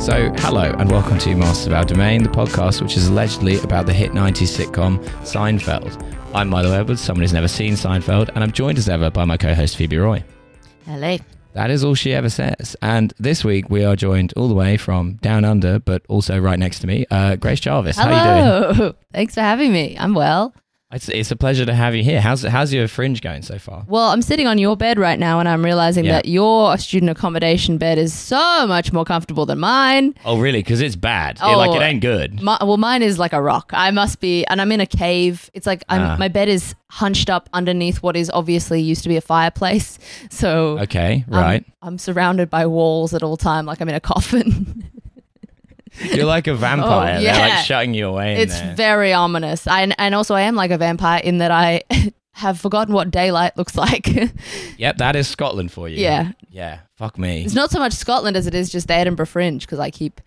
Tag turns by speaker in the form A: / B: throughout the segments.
A: So, hello and welcome to Masters of Our Domain, the podcast which is allegedly about the hit 90s sitcom Seinfeld. I'm Milo Edwards, someone who's never seen Seinfeld, and I'm joined as ever by my co host Phoebe Roy.
B: Hello.
A: That is all she ever says. And this week we are joined all the way from down under, but also right next to me, uh, Grace Jarvis. How are you doing?
B: Hello. Thanks for having me. I'm well.
A: It's, it's a pleasure to have you here. How's, how's your fringe going so far?
B: Well, I'm sitting on your bed right now and I'm realizing
A: Yeah.
B: that your student accommodation bed is so much more comfortable than mine.
A: Oh, really? Because it's bad. It- like,
B: Oh.
A: it ain't good.
B: My, well, mine is like a rock. I must be, and I'm in a cave. It's like I'm,
A: Ah.
B: my bed is hunched up underneath what is obviously used to be a fireplace. So
A: Okay,
B: I'm-
A: right.
B: I'm, surrounded by walls at all time, like I'm in a coffin.
A: You're like a vampire. They're
B: Oh, yeah.
A: like shutting you away. In
B: it's
A: there.
B: very ominous. I, and also, I am like a vampire in that I have forgotten what daylight looks like.
A: Yep, that is Scotland for you.
B: Yeah.
A: Yeah. Fuck me.
B: It's not so much Scotland as it is just the Edinburgh Fringe because I keep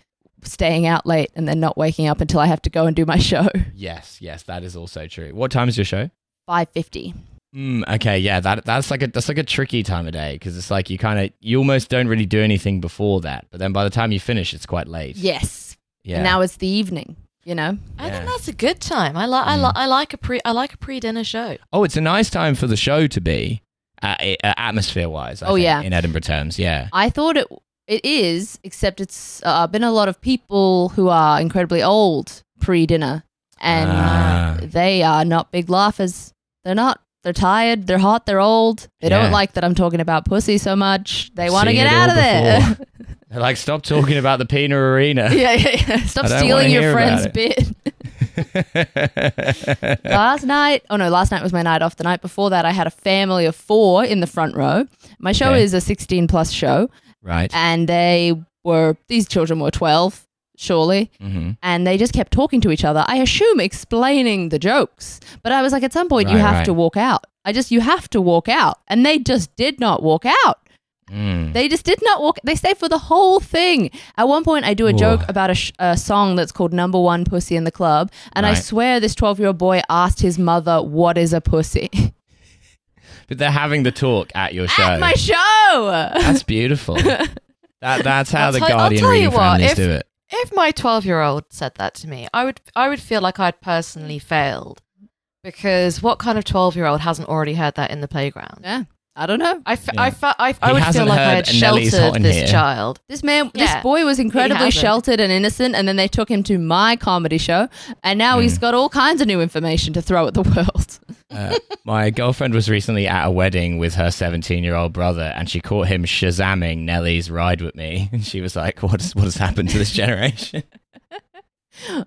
B: staying out late and then not waking up until I have to go and do my show.
A: Yes, yes, that is also true. What time is your show?
B: Five fifty.
A: Mm, okay, yeah, that that's like a that's like a tricky time of day because it's like you kind of you almost don't really do anything before that, but then by the time you finish, it's quite late.
B: Yes.
A: Yeah.
B: And now it's the evening. You know.
C: I
A: Yeah. Mm.
C: think that's a good time. I like I like I like a pre I like a pre dinner show.
A: oh, it's a nice time for the show to be uh, uh, atmosphere wise.
B: Oh, yeah.
A: in Edinburgh terms, yeah.
B: I thought it it is, except it's uh, been a lot of people who are incredibly old pre dinner, and
A: Ah.
B: they are not big laughers. They're not. They're tired. They're hot. They're old. They
A: Yeah.
B: don't like that I'm talking about pussy so much. They want to
A: Seen
B: get
A: it
B: out of
A: all
B: there.
A: They're like, stop talking about the Pina Arena.
B: yeah, yeah, yeah. Stop
A: I don't wanna
B: stealing your
A: hear about
B: friend's
A: it.
B: bit. last night oh no last night was my night off the night before that i had a family of four in the front row my show
A: Okay.
B: is a 16 plus show
A: right.
B: and they were these children were 12 surely
A: hmm
B: and they just kept talking to each other i assume explaining the jokes but i was like at some point you
A: Right,
B: have
A: right.
B: to walk out i just you have to walk out and they just did not walk out
A: Mm.
B: they just did not walk. They stayed for the whole thing. At one point, I do a
A: Whoa.
B: joke about a, sh- a song that's called "Number One Pussy in the Club," and I
A: Right.
B: swear this twelve-year-old boy asked his mother, "What is a pussy?"
A: But they're having the talk at your show.
B: At my show.
A: That's beautiful. that that's how
C: I'll
A: the
C: tell- I'll
A: Guardian
C: tell
A: reading
C: you what,
A: families
C: if-
A: do it.
C: If my twelve year old said that to me, I would I would feel like I'd personally failed because what kind of twelve year old hasn't already heard that in the playground?
B: yeah, I don't know.
C: I, f-
A: Yeah.
C: I, fe- I, f- I
A: He
C: would feel
A: hasn't
C: like I
A: heard
C: had
A: Nelly's Hot
C: sheltered
A: in
C: this
A: Here.
C: child.
B: This man,
C: Yeah.
B: this boy was incredibly
C: hasn't.
B: sheltered and innocent, and then they took him to my comedy show, and now he's
A: Hmm.
B: got all kinds of new information to throw at the world.
A: Uh, my girlfriend was recently at a wedding with her 17 year old brother, and she caught him shazamming Nelly's "Ride with Me," and she was like, "What has what has happened to this generation?"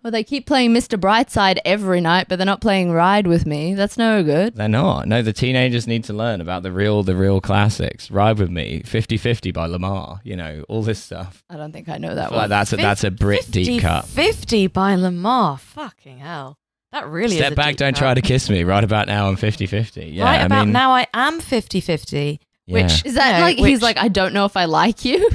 B: well, they keep playing Mr. Brightside every night, but they're not playing Ride with Me. That's no good.
A: They're not. No, the teenagers need to learn about the real the real classics. "Ride with Me," "50-50" by Lamar. You know, all this stuff.
B: I don't think I know
A: I
B: that
A: feel
B: one.
A: like that's a, that's a Brit deep cut.
C: Fifty by Lamar. Fucking hell, that really is
A: Step
C: a
A: back,
C: deep
A: don't
C: cut.
A: try to kiss me. Right about now, I'm 50-50. Yeah,
C: right
A: I
C: about
A: mean,
C: now, I am 50-50,
A: yeah.
C: which
B: Is that
C: no,
B: like
C: which-
B: he's like I don't know if I like you?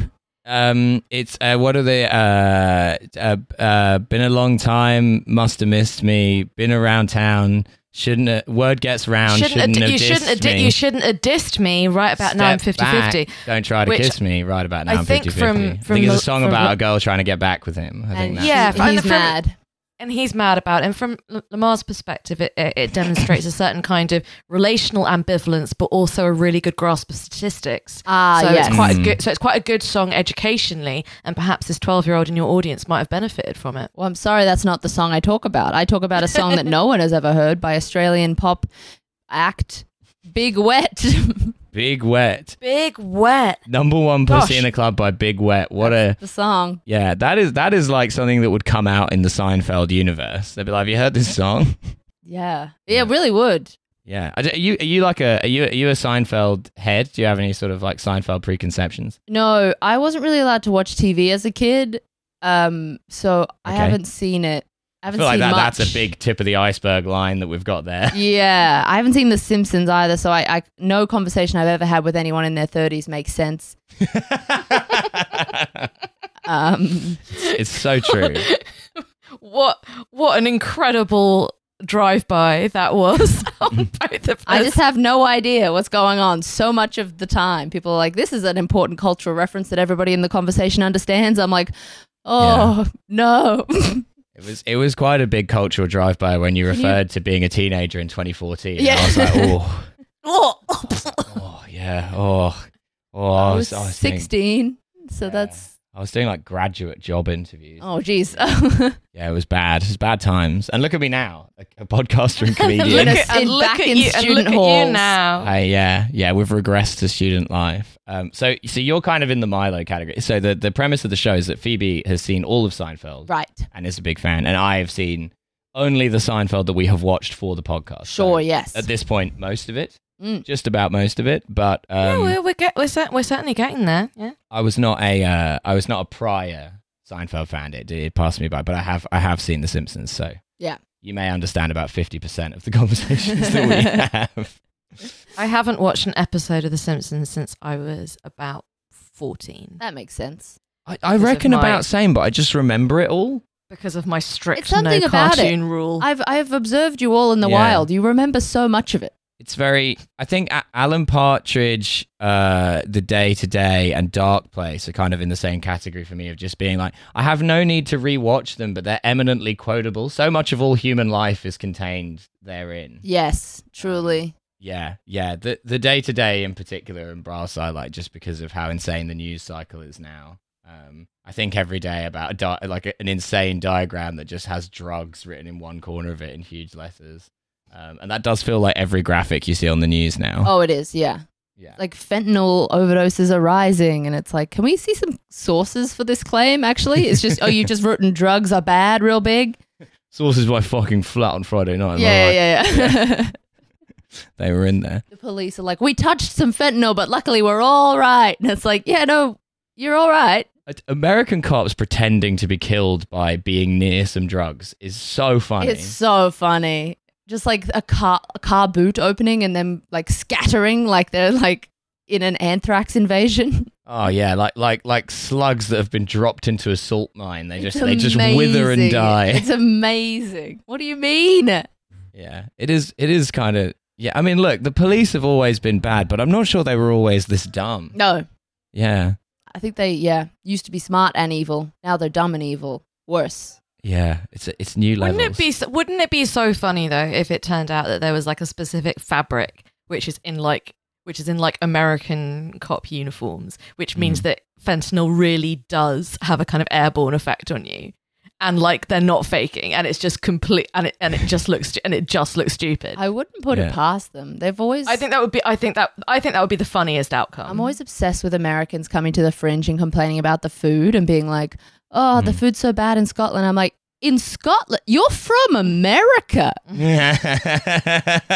A: Um, it's uh, what are they? Uh, uh, uh, been a long time, must have missed me. Been around town, shouldn't. Have, word gets round, shouldn't,
C: shouldn't, have,
A: have
C: you shouldn't have
A: dissed
C: di-
A: me.
C: you shouldn't have dissed me right about now I'm
A: Step
C: 50 50
A: back, Don't try to
C: Which
A: kiss me. Right about now,
C: I
A: I'm
C: think
A: 50-50.
C: from-
A: I
C: from
A: think it's a
C: the-
A: song
C: from
A: about
C: the-
A: a girl trying to get back with him. I think
B: And
A: that's
C: Yeah,
B: he's,
C: from the-
B: he's
C: from-
B: mad.
C: and he's mad about it. and from L- Lamar's perspective it, it, it demonstrates a certain kind of relational ambivalence but also a really good grasp of statistics
B: Ah,
C: so
B: yes.
C: it's quite a
A: Mm.
C: good so it's quite a good song educationally and perhaps this 12 year old in your audience might have benefited from it
B: Well, I'm sorry, that's not the song I talk about. I talk about a song that no one has ever heard by Australian pop act Big Wet.
A: Big Wet,
C: big wet
A: number one pussy
C: Gosh.
A: in the club by Big Wet. What a
B: the song.
A: yeah, that is that is like something that would come out in the Seinfeld universe. They'd be like, "Have you heard this song?"
B: Yeah. Yeah, it really would.
A: Yeah, I d- are you are you like a are you are you a Seinfeld head? Do you have any sort of like Seinfeld preconceptions?
B: No, I wasn't really allowed to watch TV as a kid. Um, so I
A: Okay.
B: haven't seen it.
A: I
B: I haven't
A: feel like
B: seen
A: that,
B: much.
A: that's a big tip of the iceberg line that we've got there.
B: yeah, I haven't seen The Simpsons either, so I, I no conversation I've ever had with anyone in their 30s makes sense. Um,
A: it's so true.
C: what what an incredible drive by that was on both of us
B: I just have no idea what's going on so much of the time. People are like, this is an important cultural reference that everybody in the conversation understands. I'm like, Oh no!
A: It was it was quite a big cultural drive by when you referred to being a teenager in 2014. and I
B: Yeah.
A: was like, oh,
C: Oh.
A: oh yeah, oh, oh.
B: I was
A: doing-
B: sixteen, so
A: Yeah.
B: that's
A: I was doing like graduate job interviews.
B: oh geez.
A: Yeah, it was bad. It was bad times. And look at me now, a, a podcaster and
B: Look
A: comedian.
B: at- in- back in student halls.
C: now.
A: Oh. I, um, yeah, yeah, we've regressed to student life. Um, so, so you're kind of in the Milo category. So the, the premise of the show is that Phoebe has seen all of Seinfeld
B: right.
A: and is a big fan, and I have seen only the Seinfeld that we have watched for the podcast.
B: Sure.
A: So
B: yes.
A: At this point, most of it,
B: Mm.
A: just about most of it, but
C: yeah,
A: um,
C: we're we're, get, we're, cer- we're certainly getting there. Yeah.
A: I was not a uh, I was not a prior Seinfeld fan. It, it passed me by, but I have I have seen The Simpsons, so
B: Yeah.
A: you may understand about fifty percent of the conversations that we have.
C: I haven't watched an episode of The Simpsons since I was about fourteen
B: that makes sense.
A: I, I
C: Because of
A: reckon
C: my-
A: about same, but I just remember it all.
C: because of my
B: It's
C: strict
B: something
C: no
B: about it.
C: cartoon rule.
B: I've I've observed you all in the
A: Yeah.
B: wild. You remember so much of it.
A: It's very. I think A- Alan Partridge, uh, The Day to Day, and Dark Place are kind of in the same category for me of just being like, I have no need to rewatch them, but they're eminently quotable. So much of all human life is contained therein.
B: Yes, truly.
A: Yeah, yeah. The the day to day in particular in Brass, I like just because of how insane the news cycle is now. Um, I think every day about a di- like a- an insane diagram that just has drugs written in one corner of it in huge letters, um, and that does feel like every graphic you see on the news now.
B: Oh, it is. Yeah.
A: yeah,
B: Like fentanyl overdoses are rising, and it's like, can we see some sources for this claim? Actually, it's just, oh, you just written drugs are bad, real big.
A: sources by fucking flat on Friday night. am I
B: yeah,
A: right?
B: yeah, yeah,
A: they were in there.
B: the police are like, we touched some fentanyl, but luckily we're all right. And it's like, yeah, no, you're all right.
A: A- American cops pretending to be killed by being near some drugs is so funny.
B: It's so funny. Just like a car, a car boot opening and then like scattering, like they're like in an anthrax invasion.
A: Oh yeah, like like like slugs that have been dropped into a salt mine. They just
B: It's
A: they just wither and
B: amazing.
A: die.
B: It's amazing. What do you mean?
A: yeah, it is it is kind of yeah. I mean, look, the police have always been bad, but I'm not sure they were always this dumb.
B: No,
A: Yeah,
B: I think they yeah used to be smart and evil. Now they're dumb and evil. Worse.
A: yeah. It's it's new levels.
C: Wouldn't it be so, wouldn't it be so funny though if it turned out that there was like a specific fabric which is in like which is in like American cop uniforms, which means that fentanyl really does have a kind of airborne effect on you. And like they're not faking and it's just complete and it and it just looks stu- and it just looks stupid. I,
B: I wouldn't put
A: Yeah.
B: it past them. They've always.
C: think that would be I think that I think that would be the funniest outcome.
B: I'm always obsessed with Americans coming to the fringe and complaining about the food and being like, "Oh,
A: Mm.
B: the food's so bad in Scotland." I'm like, "In Scotland, you're from America.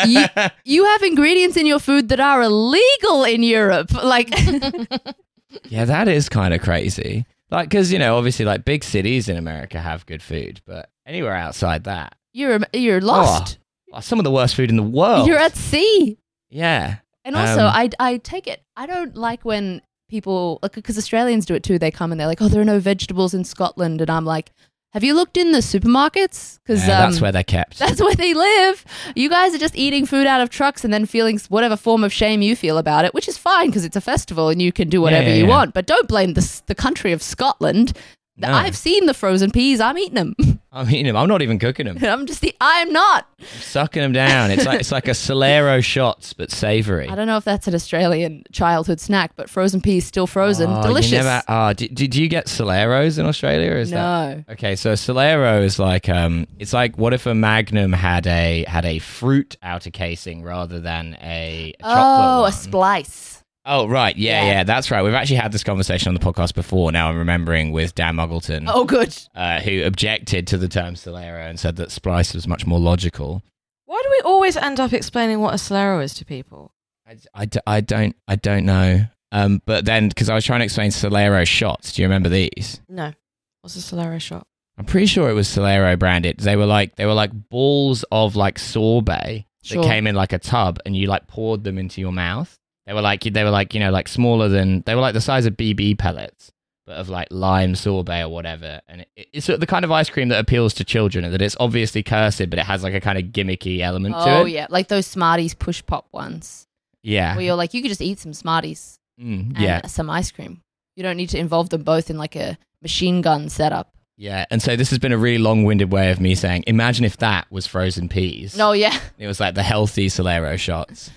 B: you, you have ingredients in your food that are illegal in Europe." Like,
A: yeah, that is kind of crazy. Like, because you know, obviously, like big cities in America have good food, but anywhere outside that,
B: you're you're lost.
A: oh, some of the worst food in the world.
B: You're at sea.
A: yeah.
B: And also,
A: Um,
B: I, I take it, I don't like when people, because Australians do it too, they come and they're like, oh, there are no vegetables in Scotland. And I'm like, have you looked in the supermarkets? Because
A: Yeah,
B: um,
A: that's where they're kept.
B: that's where they live. You guys are just eating food out of trucks and then feeling s- whatever form of shame you feel about it, which is fine because it's a festival and you can do whatever
A: yeah,
B: you
A: yeah.
B: want. But don't blame the, s- the country of Scotland. Th-
A: No.
B: I've seen the frozen peas. I'm eating them.
A: I'm eating them. I'm not even cooking them.
B: I'm just the. I'm not.
A: I'm sucking them down. It's like it's like a Solero shots, but savory.
B: I don't know if that's an Australian childhood snack, but frozen peas still frozen,
A: Oh, you
B: delicious.
A: never- oh, did, did you get Soleros in Australia? Or is that
B: no.
A: okay? So Solero is like um, it's like what if a Magnum had a had a fruit outer casing rather than a chocolate?
B: Oh,
A: one?
B: a splice.
A: Oh, right, yeah, yeah,
B: Yeah.
A: that's right. We've actually had this conversation on the podcast before. Now I'm remembering with Dan Muggleton.
B: Oh, good.
A: Uh, who objected to the term Solero and said that splice was much more logical.
C: Why do we always end up explaining what a Solero is to people?
A: I, I, d- I don't I don't know. Um, but then because I was trying to explain Solero shots. Do you remember these?
C: No. What's a Solero shot?
A: I'm pretty sure it was Solero branded. They were like they were like balls of like sorbet
B: Sure.
A: that came in like a tub, and you like poured them into your mouth. They were like they were like you know like smaller than they were like the size of BB pellets, but of like lime sorbet or whatever. And it, it's sort of the kind of ice cream that appeals to children, and that it's obviously cursed, but it has like a kind of gimmicky element to it.
B: Oh, yeah. Like those Smarties push pop ones.
A: yeah,
B: Where you're like, you could just eat some Smarties
A: Mm,
B: and
A: yeah.
B: some ice cream. You don't need to involve them both in like a machine gun setup.
A: Yeah, and so this has been a really long-winded way of me saying, imagine if that was frozen peas.
B: No, yeah.
A: it was like the healthy Solero shots.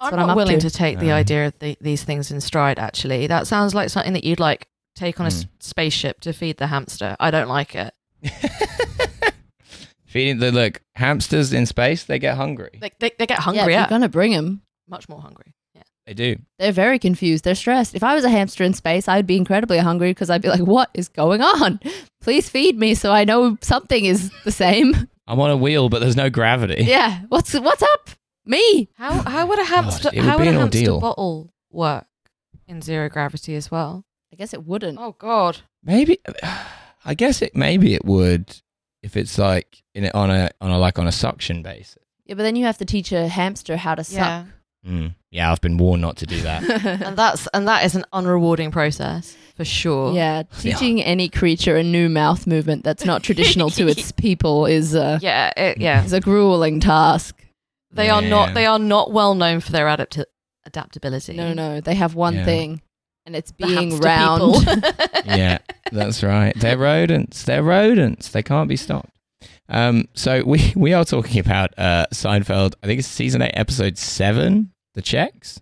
B: That's
C: I'm
B: what
C: not
B: I'm up
C: willing
B: to.
C: to, take the
A: Um,
C: idea of the, these things in stride. Actually, that sounds like something that you'd like take on a s-
A: Hmm.
C: spaceship to feed the hamster. I don't like it.
A: Feeding the look, hamsters in space, they get hungry.
C: Like they, they get
B: Yeah, if
C: hungry.
B: you're
C: Yeah,
B: gonna bring them.
C: much more hungry. Yeah.
A: They do.
B: They're very confused. They're stressed. If I was a hamster in space, I'd be incredibly hungry because I'd be like, "What is going on? Please feed me so I know something is the same."
A: I'm on a wheel, but there's no gravity.
B: yeah. What's what's up? Me.
C: How how would a hamster
A: it would
C: how
A: be
C: would a
A: an
C: hamster
A: ordeal.
C: bottle work in zero gravity as well?
B: I guess it wouldn't.
C: Oh God.
A: Maybe, I guess it. Maybe it would if it's like in a, on a on a like on a suction basis.
B: Yeah, but then you have to teach a hamster how to
C: Yeah.
A: Mm. Yeah, I've been warned not to do that.
B: suck.
C: And that's and that is an unrewarding process for sure.
B: yeah, teaching any creature a new mouth movement that's not traditional to its people is a
C: Yeah. It, yeah.
B: is a grueling task.
C: They are not
A: Yeah.
C: they are not well known for their adapt- adaptability.
B: No, no, they have one
A: Yeah.
B: thing, and it's
C: The
B: being
C: hamster
B: round.
C: people.
A: yeah, that's right. They're rodents. They're rodents. They can't be stopped. Um, so we we are talking about uh, Seinfeld. I think it's season eight, episode seven. The checks.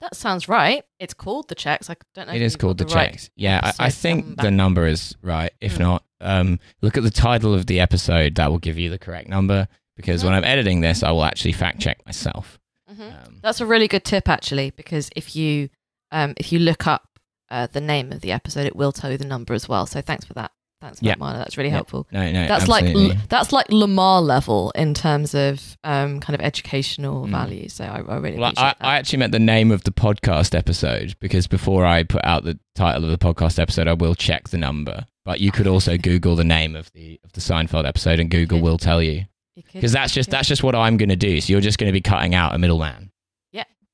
C: that sounds right. It's called the checks. I don't know.
A: It
C: if
A: is
C: you've
A: called the
C: got right-
A: checks. Yeah, I, I
C: episode
A: think
C: number.
A: the number is right. If
C: Mm.
A: not, um, look at the title of the episode. That will give you the correct number. Because
C: Hmm.
A: when I'm editing this, I will actually fact check myself.
C: Mhm.
A: Um,
C: That's a really good tip actually, because if you um if you look up uh, the name of the episode, it will tell you the number as well. So thanks for that. Thanks for
A: Yeah.
C: that, Marla. That's really
A: Yeah.
C: helpful.
A: no, no,
C: that's
A: absolutely.
C: like that's like Lamar level in terms of um, kind of educational
A: Mm.
C: value. So I, I really
A: Well, I,
C: appreciate
A: I
C: that.
A: actually meant the name of the podcast episode because before I put out the title of the podcast episode, I will check the number. But you could also Google the name of the of the Seinfeld episode, and Google
C: Okay.
A: will tell you
C: You could-
A: because that's just that's just what I'm going to do. So you're just going to be cutting out a middleman.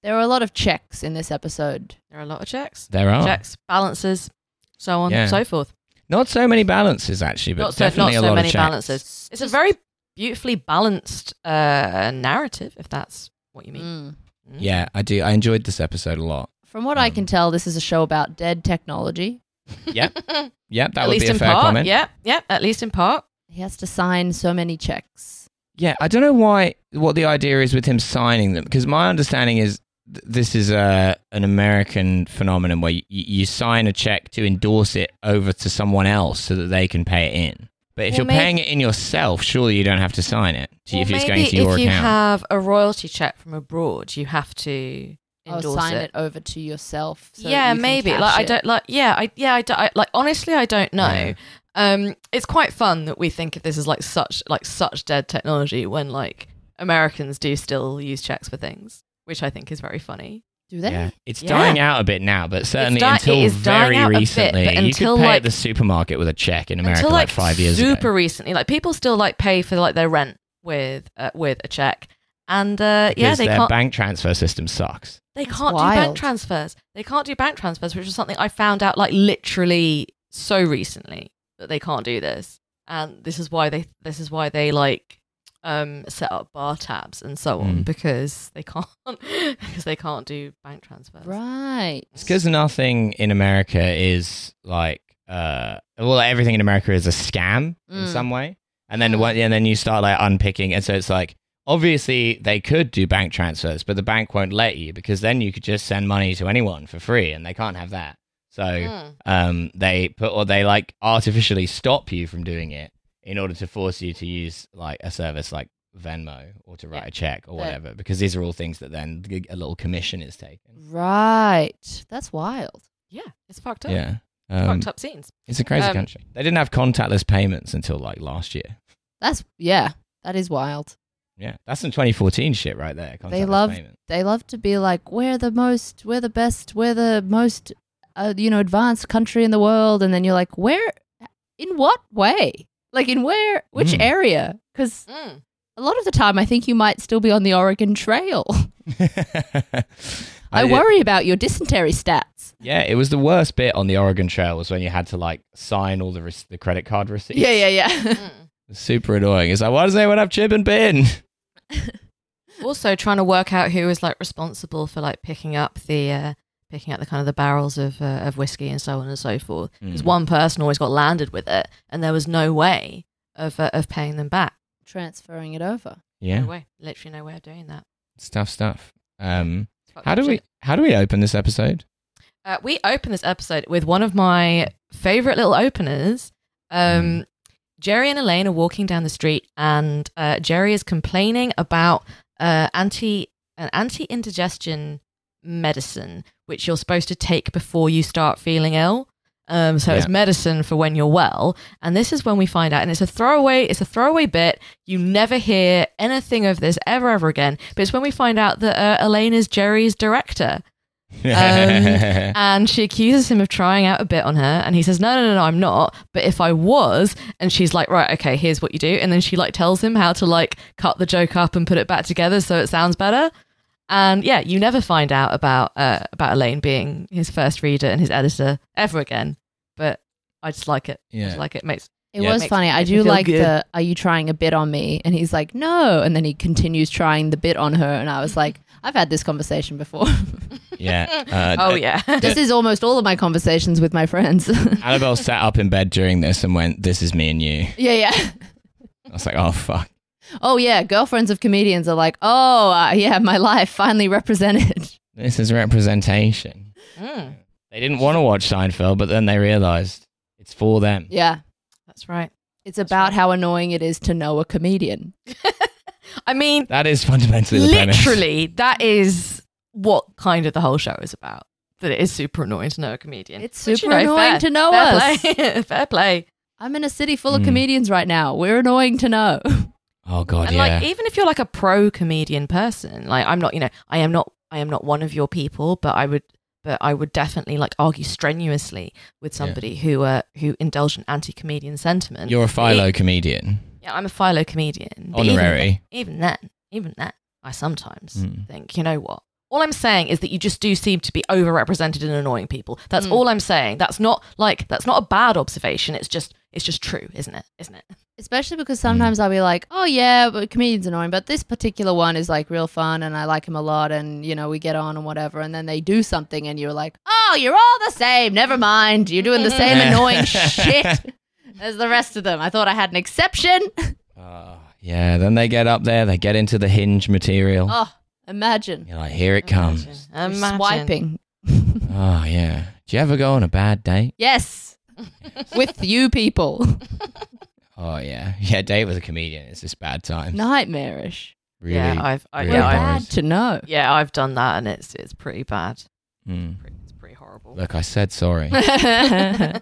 B: there are a lot of checks in this episode.
C: there are a lot of checks,
A: There are
C: checks, balances, so on
A: Oh. Yeah.
C: and so forth.
A: not so many balances actually, but
C: Not so-
A: definitely
C: not
A: a
C: so
A: lot
C: many
A: of checks.
C: balances. It's a very beautifully balanced uh, narrative, if that's what you mean.
B: Mm.
C: Mm.
A: Yeah, I do. I enjoyed this episode a lot.
B: From what I
A: Um,
B: can tell, this is a show about dead technology.
A: Yep. Yep, that
C: at
A: would
C: least
A: be a
C: in
A: fair
C: part.
A: comment.
C: Yeah, yeah. At least in part.
B: He has to sign so many checks.
A: Yeah, I don't know why what the idea is with him signing them because my understanding is th- this is a an American phenomenon where you, you sign a check to endorse it over to someone else so that they can pay it in. But if
C: Well,
A: you're
C: may-
A: paying it in yourself, surely you don't have to sign it to, if it's going to your
C: if you
A: account.
C: have a royalty check from abroad, you have to
B: Or
C: endorse
B: Oh, sign it. over to yourself. So that
C: yeah,
B: you can
C: maybe.
B: cash
C: Like I
B: it.
C: don't like. Yeah, I yeah I, don't, I like. Honestly, I don't know.
A: Yeah.
C: Um, it's quite fun that we think of this as like such like such dead technology when like Americans do still use checks for things, which I think is very funny.
B: Do they?
A: yeah. It's
C: Yeah.
A: dying out a bit now, but certainly
C: di- it
A: until
C: is dying
A: very
C: out a bit,
A: recently,
C: but
A: you
C: until,
A: could pay
C: like-
A: at the supermarket with a check in America
C: Until
A: like, five years
C: super
A: ago.
C: recently, like people still like pay for like their rent with uh, with a check, and uh, yeah,
A: because
C: they
A: their
C: can't
A: bank transfer system sucks.
C: They
B: That's
C: can't do
B: wild.
C: bank transfers. They can't do bank transfers, which is something I found out like literally so recently that they can't do this. And this is why they this is why they like um set up bar tabs and so on
A: Mm.
C: because they can't because they can't do bank transfers.
B: Right.
A: It's because nothing in America is like, uh, well, like, everything in America is a scam in
B: Mm.
A: some way, and then one, and then you start like unpicking, and so it's like obviously they could do bank transfers, but the bank won't let you because then you could just send money to anyone for free, and they can't have that. So
C: Mm.
A: um, they put or they like artificially stop you from doing it in order to force you to use like a service like Venmo or to write
C: Yeah.
A: a check or
C: Yeah.
A: whatever, because these are all things that then a little commission is taken.
B: Right. That's wild.
C: Yeah, it's fucked up.
A: Yeah. Um,
C: fucked up scenes.
A: It's a crazy
C: Um,
A: country. They didn't have contactless payments until like last year.
B: That's yeah. That is wild.
A: Yeah, that's some 2014 shit right there.
B: They
A: contactless
B: love-
A: payment.
B: They love to be like, we're the most, we're the best, we're the most, uh, you know, advanced country in the world, and then you're like, where, in what way? Like in where, which
A: Mm.
B: area? Because
C: Mm.
B: a lot of the time, I think you might still be on the Oregon Trail. I,
A: did-
B: worry about your dysentery stats.
A: Yeah, it was the worst bit on the Oregon Trail was when you had to like sign all the rec- the credit card receipts.
B: Yeah, yeah, yeah.
C: Mm.
A: Super annoying. It's like, why does anyone have chip and pin?
C: also trying to work out who is like responsible for like picking up the uh, picking out the kind of the barrels of uh, of whiskey and so on and so forth. Because
A: Mm.
C: one person always got landed with it, and there was no way of uh, of paying them back.
B: transferring it over.
C: No
A: Yeah,
C: way, literally no way of doing that.
A: it's tough stuff. Um,
C: It's fucked
A: how
C: up
A: do
C: shit.
A: we how do we open this episode?
C: Uh, we open this episode with one of my favorite little openers. Um, Jerry and Elaine are walking down the street, and uh, Jerry is complaining about uh, anti an anti indigestion medicine, which you're supposed to take before you start feeling ill. Um, so it's
A: Yeah.
C: medicine for when you're well, and this is when we find out. And it's a throwaway. It's a throwaway bit. You never hear anything of this ever, ever again. But it's when we find out that uh, Elaine is Jerry's director. Um, And she accuses him of trying out a bit on her. And he says, No, no, no, no, I'm not. But if I was, and she's like, Right, okay, here's what you do. And then she like tells him how to like cut the joke up and put it back together so it sounds better. And yeah, you never find out about uh, about Elaine being his first reader and his editor ever again. But I just like it. I
A: yeah.
C: just like it. Makes
B: It
A: Yeah.
B: was
C: Makes-
B: funny. I
C: makes me
B: do
C: feel
B: like
C: good.
B: the "Are you trying a bit on me?" and he's like, "No," and then he continues trying the bit on her, and I was like, "I've had this conversation before.
A: yeah. Uh,
C: oh yeah.
B: this is almost all of my conversations with my friends."
A: Annabelle sat up in bed during this and went, "This is me and you."
B: yeah, yeah.
A: I was like, "Oh fuck."
B: Oh yeah, girlfriends of comedians are like, "Oh uh, yeah, my life finally represented."
A: This is representation.
C: Mm,
A: They didn't want to watch Seinfeld, but then they realized it's for them.
B: yeah,
C: that's right.
B: it's
C: That's
B: about
C: right.
B: how annoying it is to know a comedian.
C: I mean,
A: That is fundamentally the premise.
C: literally that is what kind of the whole show is about that it is super annoying to know a comedian
B: It's
C: Which,
B: super
C: you know,
B: annoying
C: fair-
B: to know
C: fair
B: us.
C: play fair play
B: I'm in a city full of
A: Mm.
B: comedians right now. We're annoying to know.
A: Oh god,
C: and
A: yeah.
C: like even if you're like a pro comedian person like i'm not you know i am not i am not one of your people but i would but i would definitely like argue strenuously with
A: Yeah.
C: somebody who uh who indulge in anti-comedian sentiment E,
A: You're a philo comedian,
C: yeah i'm a philo comedian but even-
A: honorary.
C: even then, even then, I sometimes
A: Mm.
C: think, you know what? All I'm saying is that you just do seem to be overrepresented in annoying people. That's
B: Mm.
C: all I'm saying. That's not like that's not a bad observation. It's just it's just true, isn't it? Isn't it?
B: Especially because sometimes I'll be like, oh, yeah, but comedian's annoying, but this particular one is like real fun and I like him a lot and, you know, we get on and whatever. And then they do something and you're like, oh, you're all the same. Never mind. You're doing the same annoying shit as the rest of them. I thought I had an exception.
C: Oh,
A: Ah, yeah, then they get up there, they get into the hinge material.
B: Oh, imagine.
A: You're like, here it comes.
B: You're
C: Imagine.
B: Swiping.
A: Oh yeah. Do you ever go on a bad date?
B: Yes. With you people.
A: Oh yeah. Yeah, date with a comedian. It's just bad times.
B: Nightmarish.
A: Really.
C: yeah, I've I,
A: really
B: We're
C: yeah, I've,
B: bad
A: boys.
B: to know.
C: yeah, I've done that, and it's it's pretty bad.
A: Mm.
C: Pretty, it's pretty horrible.
A: Look, I said sorry.
B: yeah.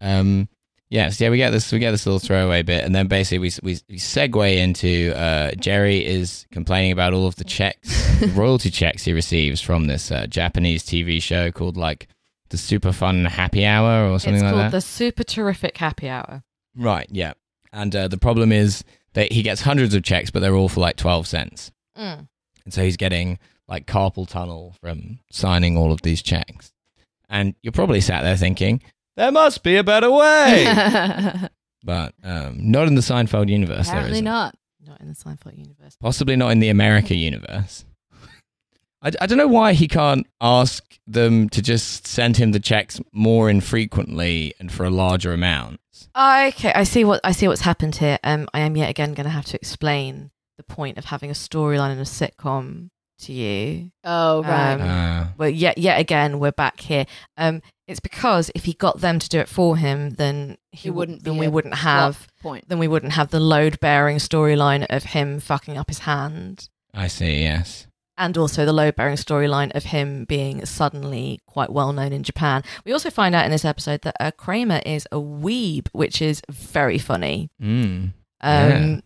A: Um, yeah, so yeah, we get this, we get this little throwaway bit, and then basically we we, we segue into uh, Jerry is complaining about all of the checks, the royalty checks he receives from this uh, Japanese TV show called like the Super Fun Happy Hour or something
C: it's
A: like
C: called
A: that.
C: the super terrific happy hour.
A: right, yeah, and uh, the problem is that he gets hundreds of checks, but they're all for like twelve cents,
C: Mm.
A: and so he's getting like carpal tunnel from signing all of these checks. And you're probably sat there thinking, there must be a better way. but um, not in the Seinfeld universe. there
B: Apparently
A: isn't.
B: not.
C: Not in the Seinfeld universe.
A: Possibly not in the America universe. I, I don't know why he can't ask them to just send him the checks more infrequently and for a larger amount.
C: Okay, I see what I see what's happened here. Um, I am yet again going to have to explain the point of having a storyline in a sitcom to you.
B: Oh, right.
C: Um,
A: Uh,
C: Well, yet yet again, we're back here. Um, it's because if he got them to do it for him, then he
B: It
C: would-
B: wouldn't
C: Then
B: be
C: we
B: a
C: wouldn't have.
B: point.
C: Then we wouldn't have the load bearing storyline of him fucking up his hand,
A: I see, yes.
C: and also the load bearing storyline of him being suddenly quite well known in Japan. We also find out in this episode that uh, Kramer is a weeb, which is very funny.
A: Mm.
C: Um,
A: Yeah.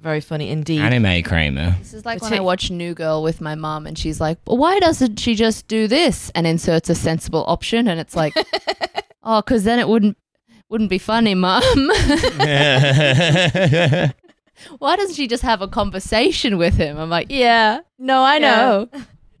C: Very funny indeed.
A: Anime Kramer.
B: This is like
C: It's
B: when
C: like-
B: I watch New Girl with my mom, and she's like, well, "Why doesn't she just do this?" and inserts a sensible option, and it's like, "Oh, because then it wouldn't wouldn't be funny, mom. Why doesn't she just have a conversation with him?" I'm like, "Yeah, no, I know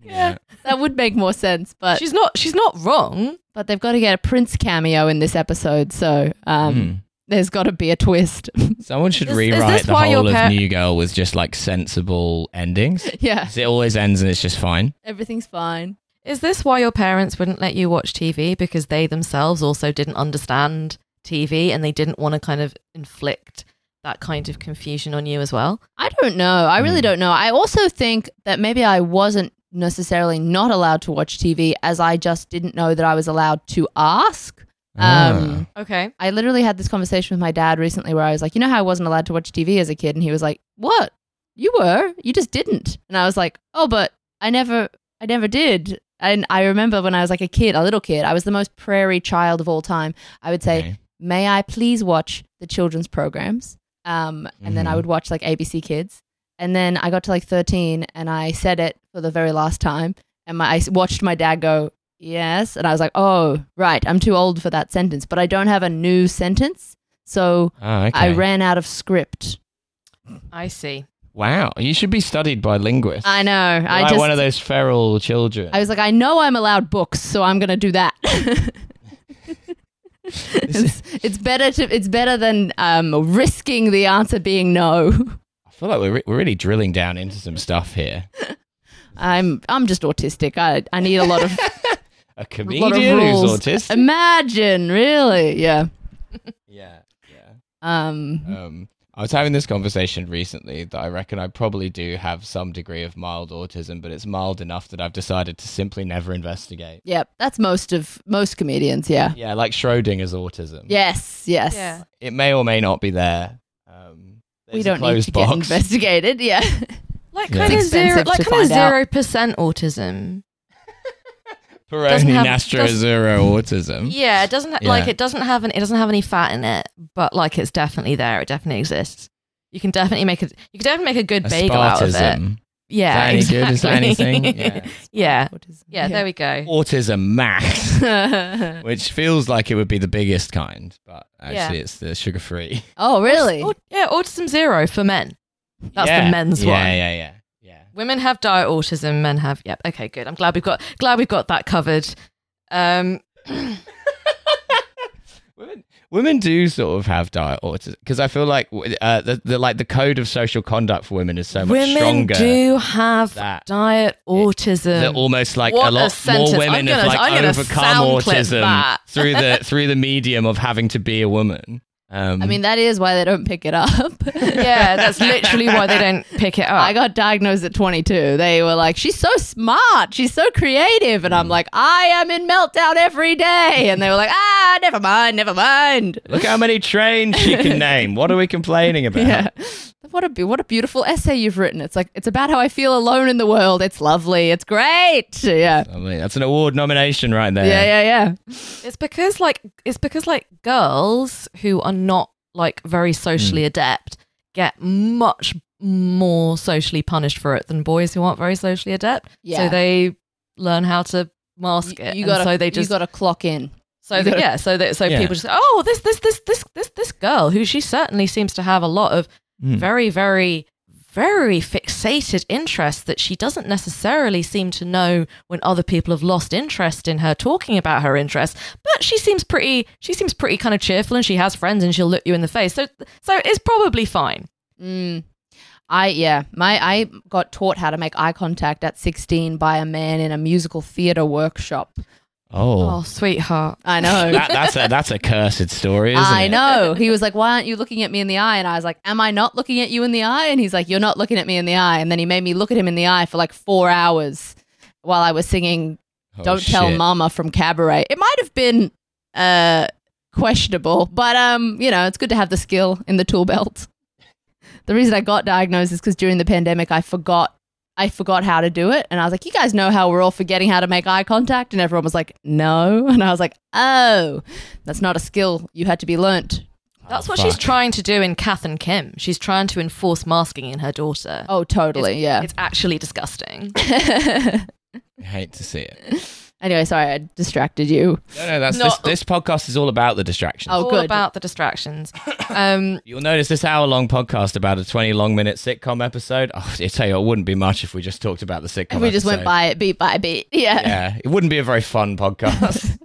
A: yeah.
B: that would make more sense, but
C: Uh, she's not. She's not wrong.
B: but they've got to get a Prince cameo in this episode, so um,
A: Mm.
B: there's got to be a twist.
A: Someone should
C: Is- is
A: rewrite
C: this
A: the
C: why your
A: whole of
C: par-
A: New Girl with just like sensible endings.
B: yeah,
A: 'Cause It always ends and it's just fine.
B: everything's fine.
C: Is this why your parents wouldn't let you watch TV? Because they themselves also didn't understand TV and they didn't want to kind of inflict that kind of confusion on you as well?
B: I don't know. I really
A: Mm.
B: don't know. I also think that maybe I wasn't necessarily not allowed to watch TV as I just didn't know that I was allowed to ask.
A: Ah.
B: Um,
C: Okay.
B: I literally had this conversation with my dad recently where I was like, you know how I wasn't allowed to watch TV as a kid? And he was like, what? You were. You just didn't. And I was like, oh, but I never, I never did. And I remember when I was like a kid, a little kid, I was the most prairie child of all time. I would say,
A: okay.
B: may I please watch the children's programs? Um, and then I
A: Mhm.
B: would watch like ABC Kids. And then I got to like 13 and I said it for the very last time. And my, I s- watched my dad go, yes. And I was like, oh, right. I'm too old for that sentence, but I don't have a new sentence. So
A: Oh, okay.
B: I ran out of script.
C: I see.
A: wow, you should be studied by linguists.
B: I know. I
A: like
B: just,
A: one of those feral children.
B: I was like, I know I'm allowed books, so I'm going to do that. it's, it's better to, it's better than um, risking the answer being no.
A: I feel like we're, re- we're really drilling down into some stuff here.
B: I'm I'm just autistic. I I need a lot of
A: A
B: a lot of
A: comedian who's
B: rules. Um,
A: autistic.
B: Imagine, really? Yeah.
A: yeah, yeah.
B: Um.
A: Um, I was having this conversation recently that I reckon I probably do have some degree of mild autism, but it's mild enough that I've decided to simply never investigate.
B: Yep. That's most of most comedians. Yeah.
A: Yeah, like Schrodinger's autism.
B: Yes. Yes.
C: Yeah.
A: It may or may not be there. Um,
B: We
A: there's a
B: don't need
A: closed
B: to
A: box.
B: get investigated. Yeah.
C: Like
A: Yeah.
C: kind of
B: It's expensive
C: zero, like
B: to
C: kind of
B: find out.
C: zero percent autism. Doesn't
A: Peroni
C: have-
A: Nastro
C: doesn't-
A: Zero autism.
C: Yeah, it doesn't ha-
A: Mm. Yeah.
C: like it doesn't have an, it doesn't have any fat in it, but like it's definitely there. It definitely exists. You can definitely make a you can definitely make a good bagel out of it.
A: Aspartism.
C: Yeah,
A: Is that any good? Is that
C: exactly.
A: anything? Yeah.
C: yeah, yeah. There we go.
A: Autism max,
B: there we.
A: which feels like it would be the biggest kind, but actually
C: Yeah.
A: it's the sugar free.
B: oh, really?
C: Aut- yeah, autism zero for men. That's
A: yeah.
C: the men's
A: yeah,
C: one.
A: Yeah, yeah, yeah.
C: Women have diet autism. Men have. Yep. Okay. Good. I'm glad we've got glad we've got that covered. Um.
A: Women, women do sort of have diet autism because I feel like w- uh, the, the like the code of social conduct for women is so much
C: women
A: stronger.
C: do have
A: that-
C: diet autism.
A: They're almost like
C: What
A: a
C: a
A: lot
C: sentence.
A: more
C: I'm
A: women have
C: gonna- I'm
A: like
C: gonna
A: overcome
C: sound clip
A: autism
C: that.
A: through the through the medium of having to be a woman. Um,
B: I mean, that is why they don't pick it up.
C: yeah, that's literally why they don't pick it up.
B: I got diagnosed at 22. They were like, she's so smart. She's so creative. And
A: Mm.
B: I'm like, I am in meltdown every day. And they were like, ah, never mind, never mind.
A: look how many trains she can name. What are we complaining about?
B: Yeah. What a be- what a beautiful essay you've written. It's like it's about how I feel alone in the world. It's lovely. It's great. Yeah.
A: I mean, that's an award nomination right there.
B: Yeah, yeah, yeah.
C: It's because like it's because like girls who are not like very socially adept get much more socially punished for it than boys who aren't very socially adept.
B: Yeah.
C: So they learn how to mask it.
B: You, you
C: and
B: gotta
C: so they just
B: you gotta clock in.
C: so
B: you
C: that,
B: gotta-
C: yeah, so that so
A: Yeah.
C: people just go, oh this this this this this this girl who she certainly seems to have a lot of
A: Mm.
C: very very very fixated interests that she doesn't necessarily seem to know when other people have lost interest in her talking about her interests but she seems pretty she seems pretty kind of cheerful and she has friends and she'll look you in the face so so it's probably fine
B: Mm. I yeah, my I got taught how to make eye contact at 16 by a man in a musical theater workshop.
A: Oh,
C: oh sweetheart
B: I know.
A: That, that's a that's a cursed story, isn't
B: Oh. I
A: it?
B: know. He was like, Why aren't you looking at me in the eye? And I was like, Am I not looking at you in the eye? And he's like, You're not looking at me in the eye. And then he made me look at him in the eye for like four hours while I was singing
A: Oh,
B: Don't Tell
A: shit.
B: Mama from Cabaret. It might have been uh, questionable, but um, you know, it's good to have the skill in the tool belt. The reason I got diagnosed is because during the pandemic, I forgot. I forgot how to do it. And I was like, you guys know how we're all forgetting how to make eye contact? And everyone was like, no. And I was like, oh, that's not a skill you had to be learnt.
C: that's
A: Oh,
C: what she's
A: fuck.
C: trying to do in kath and kim she's trying to enforce masking in her daughter
B: Oh, totally. yeah.
C: it's actually disgusting
A: I hate to see it.
B: anyway, sorry, I distracted you.
A: No, no, that's
C: No.
A: this, this podcast is all about the distractions.
B: Oh,
C: all
B: good.
C: about the distractions um
A: You'll notice this hour long podcast about a 20 long minute sitcom episode. Oh, I tell you, it wouldn't be much if we just talked about the sitcom.
B: If we just went
A: episode.
B: by it, beat by beat. Yeah.
A: Yeah, it wouldn't be a very fun podcast.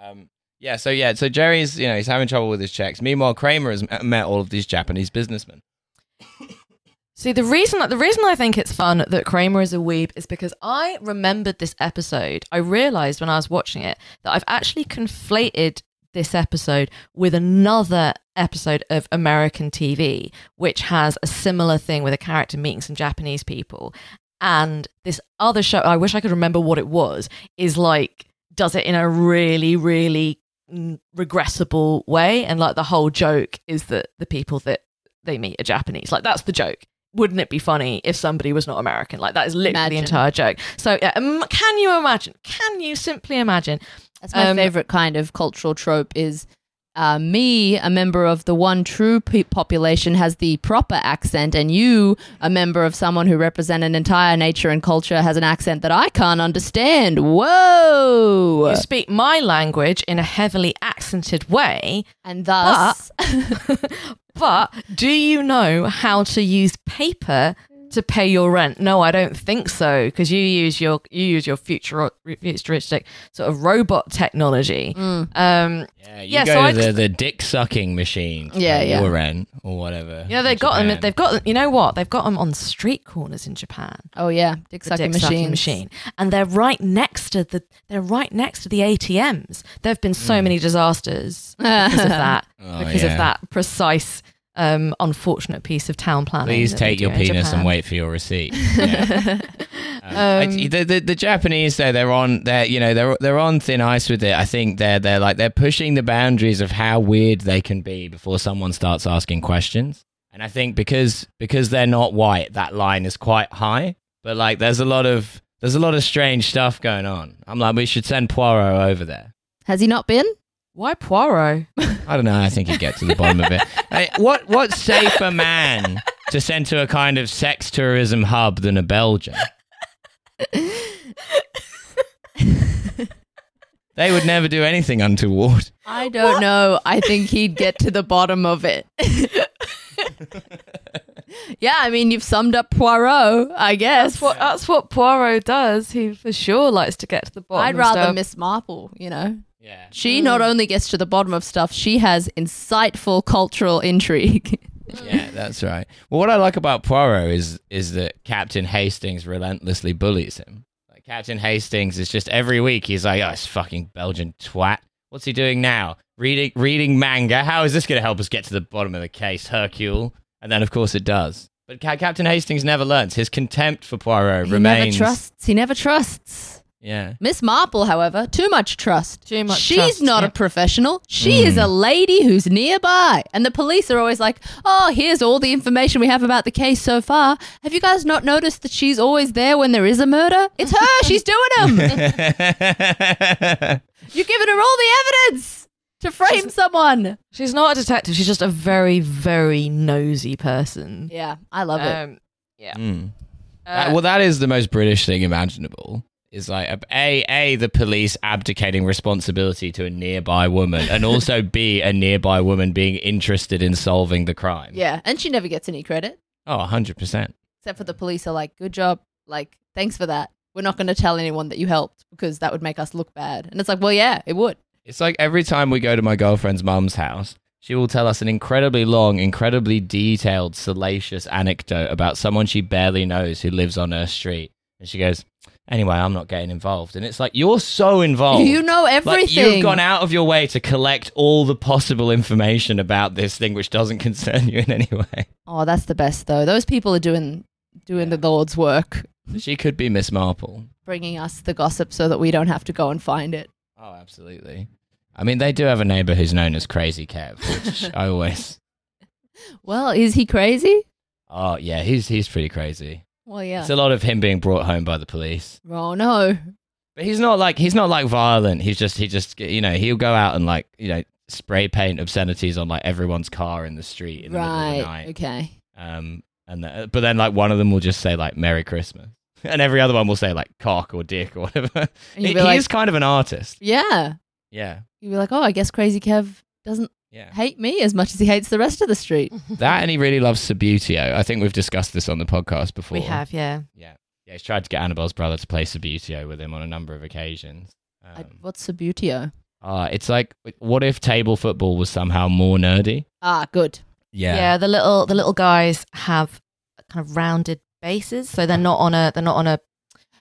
A: um, yeah, so yeah, so Jerry's, you know, he's having trouble with his checks. Meanwhile, Kramer has m- met all of these Japanese businessmen.
C: See the reason the reason I think it's fun that Kramer is a weeb is because I remembered this episode. I realized when I was watching it that I've actually conflated this episode with another episode of American TV, which has a similar thing with a character meeting some Japanese people. And this other show, I wish I could remember what it was, is like does it in a really, really mm, regressible way. And like the whole joke is that the people that they meet are Japanese. Like that's the joke. Wouldn't it be funny if somebody was not American? Like that is literally the
B: Imagine.
C: entire joke. So yeah, um, can you imagine? Can you simply imagine?
B: That's my
C: Um,
B: favorite kind of cultural trope is uh, me, a member of the one true pe- population, has the proper accent, and you, a member of someone who represent an entire nature and culture, has an accent that I can't understand. Whoa!
C: You speak my language in a heavily accented way,
B: And thus,
C: but do you know how to use paper to pay your rent? No, I don't think so because you use your you use your future futuristic sort of robot technology. Um,
A: Yeah, you
C: Yeah,
A: go
C: so I
A: to the, the dick sucking machine. to
B: Yeah,
A: pay
B: yeah.
A: Your rent or whatever.
C: you know they
A: in
C: got them.
A: Japan.
C: They've got them. You know what? They've got them on street corners in Japan.
B: oh yeah, dick
C: the
B: sucking
C: dick sucking
B: machine.
C: machine, and they're right next to the they're right next to the ATMs. There have been so many disasters because of that,
A: Hmm. Oh,
C: because
A: yeah.
C: of that precise, um, unfortunate piece of town planning.
A: Please
C: that they
A: take
C: do
A: your
C: in
A: penis
C: Japan.
A: and wait for your receipt. Yeah. Um, I- the, the the Japanese though they're on they're you know they're they're on thin ice with it. I think they're they're like they're pushing the boundaries of how weird they can be before someone starts asking questions. And I think because because they're not white, that line is quite high. But like there's a lot of there's a lot of strange stuff going on. I'm like we should send Poirot over there.
B: Has he not been?
C: Why Poirot?
A: I don't know. I think he'd get to the bottom of it. I- what what safer man to send to a kind of sex tourism hub than a Belgian? they would never do anything untoward.
B: I don't know. I think he'd get to the bottom of it. yeah, I mean, you've summed up Poirot, I guess.
C: That's what that's what Poirot does. He for sure likes to get to the bottom.
B: I'd
C: of
B: rather
C: stuff.
B: Miss Marple, you know.
A: Yeah.
B: She not only gets to the bottom of stuff, she has insightful cultural intrigue.
A: Yeah, that's right. Well, what I like about Poirot is is that Captain Hastings relentlessly bullies him. Like Captain Hastings is just every week he's like, "Oh, this fucking Belgian twat. What's he doing now? Reading reading manga. How is this going to help us get to the bottom of the case, Hercule?" And then, of course, it does. But Ca- Captain Hastings never learns. His contempt for Poirot
B: he
A: remains.
B: never trusts. He never trusts.
A: Yeah.
B: Miss Marple, however, too much trust.
C: Too much
B: She's
C: trust,
B: not
C: yeah.
B: a professional. She is a lady who's nearby. And the police are always like, oh, here's all the information we have about the case so far. Have you guys not noticed that she's always there when there is a murder? It's her. she's doing them. You're giving her all the evidence to frame someone.
C: She's not a detective. She's just a very very nosy person.
B: Yeah, I love it.
C: Um,
A: Hmm.
C: uh,
A: That- well, that is the most British thing imaginable. Is like a, a a the police abdicating responsibility to a nearby woman, and also b a nearby woman being interested in solving the crime.
B: Yeah, and she never gets any credit.
A: Oh, hundred percent.
B: except for the police are like, good job. Like, thanks for that. We're not going to tell anyone that you helped because that would make us look bad. And it's like, well, yeah, it would.
A: It's like every time we go to my girlfriend's mum's house, she will tell us an incredibly long, incredibly detailed, salacious anecdote about someone she barely knows who lives on her street, and she goes, "Anyway, I'm not getting involved." And it's like you're so involved.
B: You know everything.
A: Oh. Like you've gone out of your way to collect all the possible information about this thing which doesn't concern you in any way.
B: oh, that's the best though. Those people are doing doing the Lord's work,
A: She could be Miss Marple.
B: bringing us the gossip so that we don't have to go and find it.
A: Oh, absolutely. I mean, they do have a neighbor who's known as Crazy Kev, which I always.
B: Well, is he crazy?
A: Oh yeah, he's he's pretty crazy.
B: Well, yeah.
A: It's a lot of him being brought home by the police.
B: oh no.
A: But he's not like he's not like violent. He's just he just you know he'll go out and like you know spray paint obscenities on like everyone's car in the street in the middle of the
B: Right.
A: night.
B: Okay.
A: Um, and th- but then like one of them will just say like Merry Christmas, and every other one will say like cock or dick or whatever.
B: And you'd
A: He,
B: be
A: he
B: like,
A: is kind of an artist.
B: yeah.
A: Yeah,
B: You'd be like, oh, I guess Crazy Kev doesn't
A: yeah.
B: hate me as much as he hates the rest of the street.
A: That and he really loves Sabutio. I think we've discussed this on the podcast before.
C: we have yeah.
A: Yeah, he's tried to get Annabelle's brother to play Sabutio with him on a number of occasions.
B: I-
A: Um,
B: What's Subutio?
A: uh, it's like, what if table football was somehow more nerdy?
B: Ah, good.
C: Yeah. the little the little guys have kind of rounded bases, so they're not on a they're not on a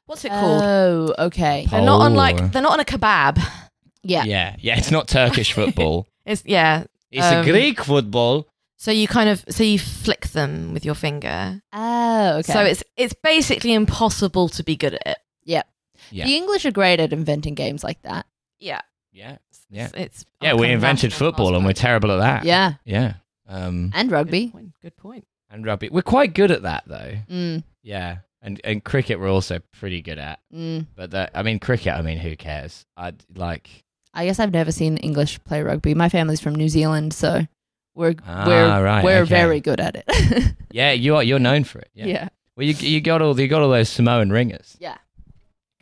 C: what's it called?
B: Oh, okay.
A: Pa-
C: they're not on
A: Uh, Oh.
C: like they're not on a kebab.
B: Yeah.
A: yeah, yeah. It's not Turkish football.
C: It's yeah.
A: It's
C: Um,
A: a Greek football.
C: So you kind of so you flick them with your finger.
B: Oh, okay.
C: So it's it's basically impossible to be good at it.
A: Yeah.
B: the English are great at inventing games like that.
C: Yeah.
A: Yeah, yeah,
C: It's, it's
A: yeah. We invented football, and we're terrible at that.
B: Yeah,
A: yeah. Um,
B: and
C: Good
B: rugby.
C: point. Good point.
A: and rugby. We're quite good at that though.
B: Mm,
A: Yeah, and and cricket we're also pretty good at.
B: mm.
A: But that, I mean, cricket. I mean, who cares? I like.
B: I guess I've never seen English play rugby. My family's from New Zealand, so we're
A: Ah,
B: we're
A: right,
B: we're
A: okay.
B: very good at it.
A: Yeah, you are. You're known for it.
B: yeah.
A: Yeah. Well, you you got all you got all those Samoan ringers.
B: Yeah.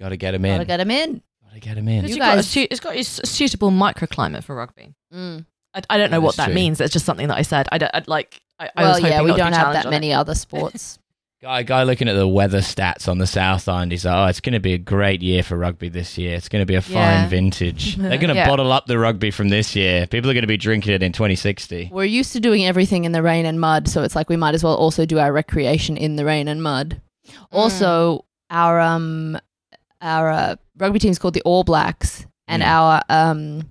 A: Got to get them
B: Gotta
A: in.
B: get 'em in.
A: Got to get them in.
B: You
C: It's got, a
B: guys-
C: su- it's got a su- suitable microclimate for rugby.
B: Mm.
C: I, I don't know
A: That
C: what
A: is
C: that
A: true.
C: means. It's just something that I said. I don't I'd like. I, I
B: Well,
C: was hoping
B: yeah, we
C: not to be
B: don't have
C: challenged
B: that
C: on it.
B: many other sports.
A: Guy, guy looking at the weather stats on the South Island, he's like, oh, it's going to be a great year for rugby this year. It's going to be a fine
C: Yeah.
A: vintage. They're going to
C: Yeah.
A: bottle up the rugby from this year. People are going to be drinking it in 2060.
B: We're used to doing everything in the rain and mud, so it's like we might as well also do our recreation in the rain and mud.
C: Mm.
B: Also, our um our uh, rugby team is called the All Blacks, and
A: Mm.
B: our um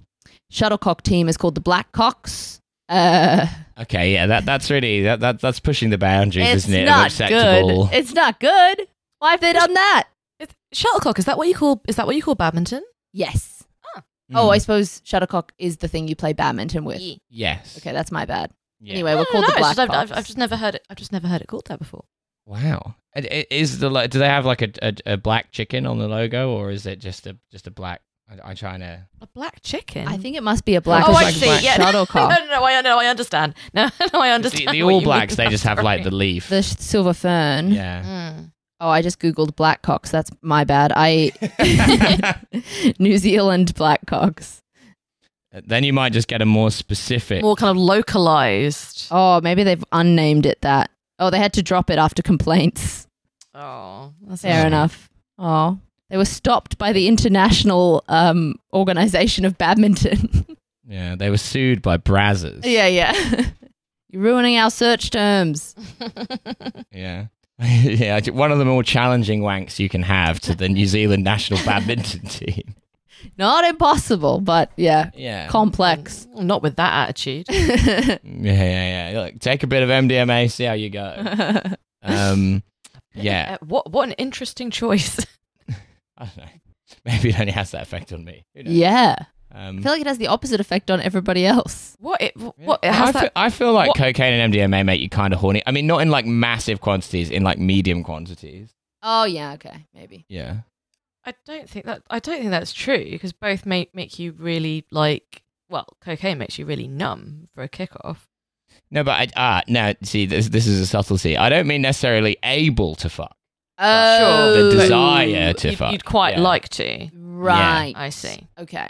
B: shuttlecock team is called the Blackcocks. Uh,
A: Okay, yeah, that that's really that, that that's pushing the boundaries,
B: it's
A: isn't it? of
B: not
A: acceptable.
B: good. It's not good. Why have they done that?
C: It's, shuttlecock is that what you call? Is that what you call badminton?
B: Yes.
A: Mm.
B: Oh, I suppose shuttlecock is the thing you play badminton with.
A: yes.
B: Okay, that's my bad.
A: Yeah.
B: Anyway, we're
C: I don't
B: called
C: know,
B: the
C: it's
B: Black
C: just- I've, I've,
B: Cocks.
C: I've just never heard it. I've just never heard it called that before.
A: Wow. And i- Is the lo- do they have like a, a a black chicken on the logo, or is it just a just a black? I- I'm trying to.
C: A black chicken.
B: I think it must be a black,
A: Oh, I
B: like
A: see,
B: black
C: yeah.
B: shuttlecock.
C: No, no, no, I, no, I understand. No, no, I
A: The,
C: understand.
A: the
C: what
A: All
C: you
A: Blacks,
C: mean.
A: they just have like the leaf.
B: The sh- silver fern.
A: yeah.
C: Mm.
B: Oh, I just googled blackcocks. That's my bad. I Mm. New Zealand blackcocks.
A: then you might just get a more specific.
C: more kind of localized.
B: Oh, maybe they've unnamed it that. Oh, they had to drop it after complaints.
C: Oh, that's
B: Fair
A: Yeah.
B: enough. Oh, they were stopped by the International um, Organization of Badminton.
A: Yeah, they were sued by Brazzers.
B: yeah, yeah. You're ruining our search terms.
A: Yeah. yeah, I ju- one of the more challenging wanks you can have to the New Zealand national badminton team.
B: Not impossible, but yeah,
A: Yeah.
B: complex.
C: Hmm. Not with that attitude.
A: yeah, yeah, yeah. Look, take a bit of MDMA, see how you go. Um, yeah,
C: Uh, what what an interesting choice.
A: I don't know. Maybe it only has that effect on me. Who knows?
B: yeah. I
A: Um,
B: feel like it has the opposite effect on everybody else.
C: what it what
A: yeah. I,
C: it has
A: feel,
C: that
A: I feel like
C: what-
A: cocaine and MDMA make you kind of horny. I mean, not in like massive quantities, in like medium quantities.
B: Oh, yeah, okay, maybe.
A: Yeah.
C: I don't think that I don't think that's true because both make make you really like well, cocaine makes you really numb for a kickoff.
A: No, but I, ah, no. See, this this is a subtlety. I don't mean necessarily able to fuck.
B: Oh,
A: The
C: But
A: desire to
C: you'd,
A: fuck.
C: You'd quite
A: Yeah.
C: like to.
B: Right.
C: I see.
B: Okay.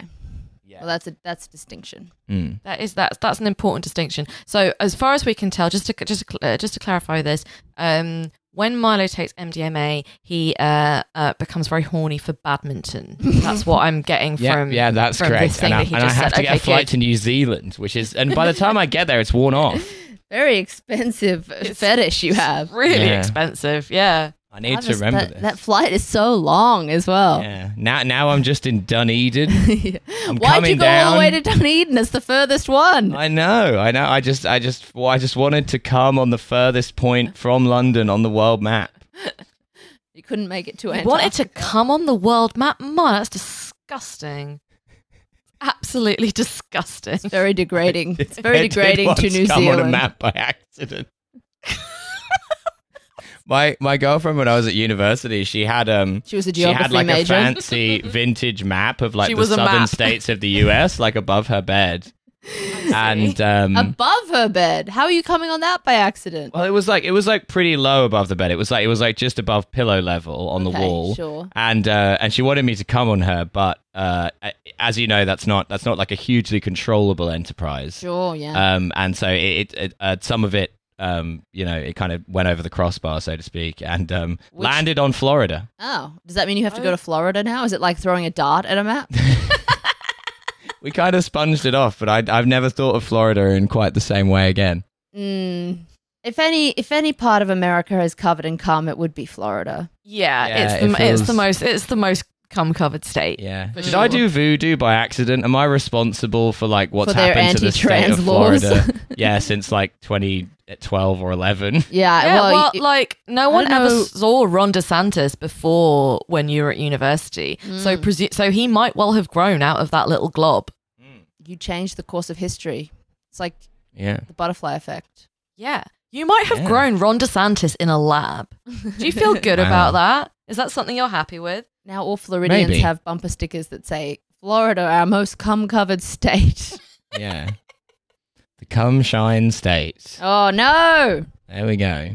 A: Yeah.
B: Well, that's a that's a distinction.
A: Mm.
C: That is that's that's an important distinction. So as far as we can tell, just to just to, uh, just to clarify this, um, when Milo takes MDMA, he uh, uh, becomes very horny for badminton. That's what I'm getting
A: Yeah,
C: from
A: yeah, that's
C: from
A: correct.
C: This thing
A: and I,
C: that he
A: and I
C: just
A: have
C: said.
A: to get
C: okay,
A: a flight
C: good.
A: to New Zealand, which is, and by the time I get there, it's worn off.
B: Very expensive
C: It's-
B: fetish you have.
C: Really
A: Yeah.
C: expensive. Yeah.
A: I need
B: That
A: to
B: is-
A: remember
B: that,
A: this.
B: that flight is so long as well.
A: yeah. Now, now I'm just in Dunedin. I'm
B: Why'd you
A: coming
B: go all the way to
A: down.
B: Dunedin? It's the furthest one.
A: I know, I know. I just, I just, well, I just wanted to come on the furthest point from London on the world map.
B: you couldn't make it to
C: You
B: Antarctica.
C: wanted to come on the world map. My, that's disgusting. Absolutely disgusting.
B: It's very degrading. It's
A: I
B: very
A: did
B: degrading to
A: once
B: New
A: come on a
B: Zealand.
A: map by accident. my my girlfriend when I was at university, she had um
B: She was a
A: she had
B: geography
A: like a
B: major.
A: fancy vintage map of like
C: She
A: the
C: was a
A: southern
C: map.
A: states of the US, like above her bed, and um.
B: Above her bed. How are you coming on that by accident?
A: well, it was like it was like pretty low above the bed. It was like it was like just above pillow level on the
B: Okay,
A: wall,
B: Sure.
A: and uh, and she wanted me to come on her, but uh, a- as you know, that's not that's not like a hugely controllable enterprise.
B: Sure. Yeah.
A: um, and so it, it, it uh, some of it um, you know it kind of went over the crossbar so to speak and um,
B: Which-
A: landed on Florida
B: Oh, does that mean you have to go
C: Oh.
B: to Florida now? Is it like throwing a dart at a map?
A: we kind of sponged it off but I, I've never thought of Florida in quite the same way again
B: Mm, If any if any part of America is covered in cum, it would be Florida.
C: Yeah,
A: Yeah,
C: it's the
A: it
C: mo- it's
A: feels-
C: the most it's the most cum covered state.
A: Yeah.
C: For
A: Did I do
C: sure.
A: voodoo by accident? Am I responsible for like what's
B: For their
A: happened to the state
B: anti-trans
A: of
B: laws.
A: Florida? yeah, since like 2012 or 11.
B: Yeah,
C: Yeah,
B: well,
C: Uh, well,
B: y-
C: like no
B: I
C: one
B: don't
C: ever
B: know-
C: saw Ron DeSantis before when you were at university, so presu- so he might well have grown out of that little glob.
B: you change the course of history. It's like
A: Yeah.
B: the butterfly effect.
C: Yeah, you might have
A: Yeah.
C: grown Ron DeSantis in a lab. Do you feel good
A: Wow.
C: about that? Is that something you're happy with?
B: Now all Floridians
A: Maybe.
B: have bumper stickers that say Florida, our most cum covered state.
A: Yeah. the cum shine state.
B: oh no.
A: There we go.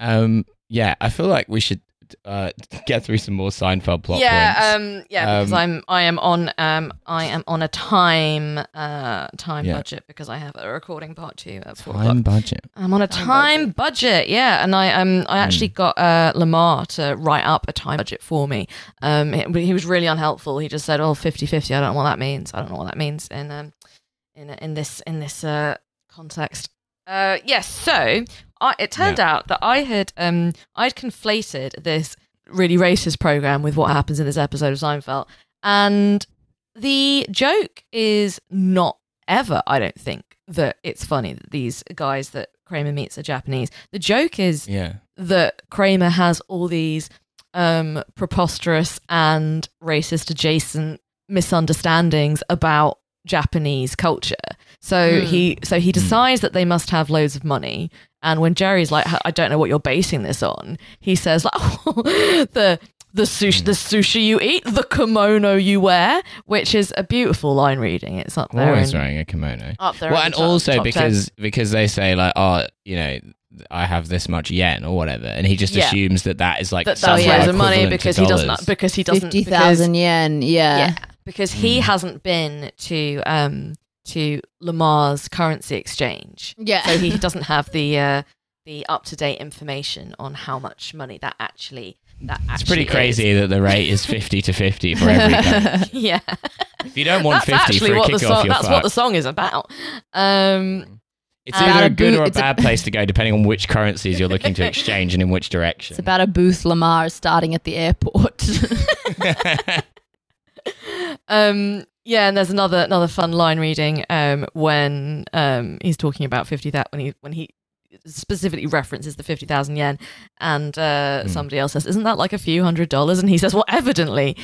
A: Um, yeah, I feel like we should uh, get through some more Seinfeld plot
C: yeah,
A: points.
C: um, yeah, because
A: Um,
C: I'm I am on um I am on a time uh time
A: Yeah.
C: budget because I have a recording part two at
B: um,
C: four o'clock.
A: Time budget.
C: I'm on a
B: Time
C: time, budget. yeah, and I um I actually got uh, Lamar to write up a time budget for me. Um, he, he was really unhelpful. He just said, "Oh, 50-50, I don't know what that means. I don't know what that means." In um, in in this in this uh context. Uh, yes. so I, it turned out that I had um I'd conflated this really racist program with what happens in this episode of Seinfeld, and the joke is not ever, I don't think, that it's funny that these guys that Kramer meets are Japanese. The joke is
A: Yeah.
C: that Kramer has all these um, preposterous and racist adjacent misunderstandings about Japanese culture. So
B: Hmm.
C: he so he decides that they must have loads of money. And when Jerry's like, "I don't know what you're basing this on," he says, "Like the
A: Hmm.
C: the sushi the sushi you eat, the kimono you wear," which is a beautiful line reading. It's up
A: I'm
C: there.
A: always
C: in-
A: wearing a kimono.
C: up there.
A: Well,
C: at
A: and
C: the top-
A: also
C: top
A: because because they say like, oh, you know, I have this much yen or whatever, and he just
C: Yeah.
A: assumes that that is like
C: ten. that
A: somehow
C: that's
B: yeah,
C: loads of money
A: equivalent to
C: because he
A: dollars.
C: doesn't because he doesn't
B: Fifty
C: because-
B: thousand yen, yeah.
C: Yeah, because
A: Hmm.
C: he hasn't been to um to Lamar's currency exchange,
B: Yeah.
C: so he doesn't have the uh, the up to date information on how much money that actually that
A: It's
C: actually
A: pretty
C: is.
A: crazy that the rate is fifty to fifty for every. country.
C: Yeah,
A: If you don't want
C: that's
A: fifty
C: actually
A: for a
C: what the
A: kick
C: song.
A: off, you're
C: That's what the
A: fucked.
C: song is about. Um,
A: It's
C: uh,
A: either a
B: about a
A: good
B: boot-
A: or a
B: it's a-
A: bad place to go, depending on which currencies you're looking to exchange and in which direction.
B: It's about a booth Lamar starting at the airport.
C: um yeah and there's another another fun line reading um when um he's talking about 50 that when he when he specifically references the 50,000 yen and uh
A: Hmm.
C: somebody else says isn't that like a few hundred dollars and he says well evidently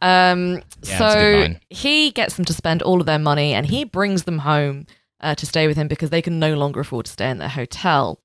C: um
A: Yeah, that's a good
C: so
A: line.
C: he gets them to spend all of their money and he brings them home uh, to stay with him because they can no longer afford to stay in their hotel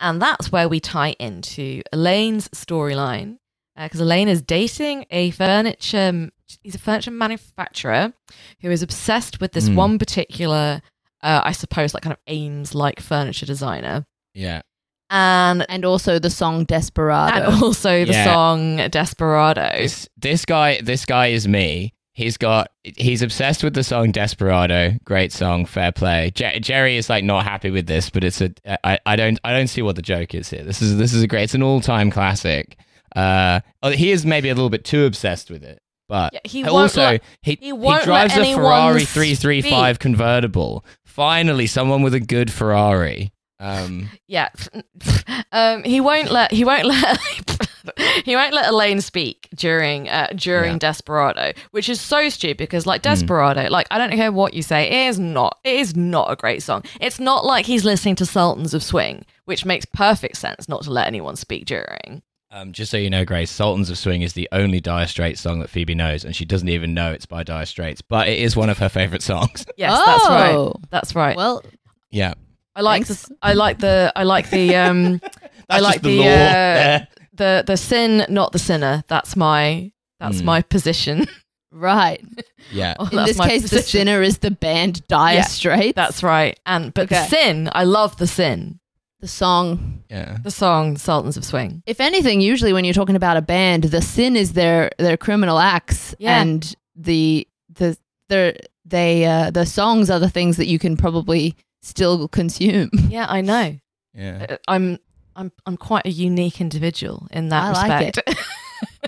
C: and that's where we tie into Elaine's storyline because Uh, Elaine is dating a furniture. He's a furniture manufacturer who is obsessed with this
A: Mm.
C: one particular, uh, I suppose, like kind of Ames-like furniture designer,
A: yeah,
C: and
B: and also the song Desperado.
C: and also the
A: Yeah.
C: song Desperado.
A: this, this guy, this guy is me. He's got, he's obsessed with the song Desperado. Great song, fair play. Jer- Jerry is like not happy with this, but it's a, I, I don't, I don't see what the joke is here. This is, this is a great, it's an all-time classic. Uh, oh, he is maybe a little bit too obsessed with it, but
C: Yeah, he
A: And
C: won't
A: also,
C: let-
A: he,
C: he
A: he,
C: won't let
A: drives a
C: anyone
A: Ferrari
C: speak.
A: 335 convertible. Finally, someone with a good Ferrari. Um,
C: yeah, um, he won't let he won't let he won't let Elaine speak during uh, during
A: Yeah. Hmm.
C: Desperado, which is so stupid because like Desperado, like I don't care what you say, it is not it is not a great song. It's not like he's listening to Sultans of Swing, which makes perfect sense not to let anyone speak during.
A: um, just so you know, Grace, Sultans of Swing is the only Dire Straits song that Phoebe knows, and she doesn't even know it's by Dire Straits, but it is one of her favorite songs.
C: Yes,
B: Oh.
C: that's right. That's right.
B: Well,
A: yeah.
C: I like
B: thanks.
C: the I like the I like the um
A: That's
C: I like
A: just the,
C: the,
A: law
C: uh,
A: there.
C: the the sin not the sinner. That's my that's
A: Hmm.
C: my position.
B: right.
A: Yeah.
C: Oh,
B: In
C: that's
B: this
C: my
B: case, the
C: position.
B: sinner is the band Dire
C: Yeah,
B: Straits.
C: That's right. And but the
B: Okay.
C: sin, I love the sin.
B: the song.
A: Yeah.
C: The song Sultans of Swing.
B: If anything, usually when you're talking about a band, the sin is their their criminal acts,
C: Yeah.
B: and the the their they uh, the songs are the things that you can probably still consume.
C: Yeah, I know.
A: Yeah.
C: Uh, I'm I'm I'm quite a unique individual in that
B: I like
C: respect.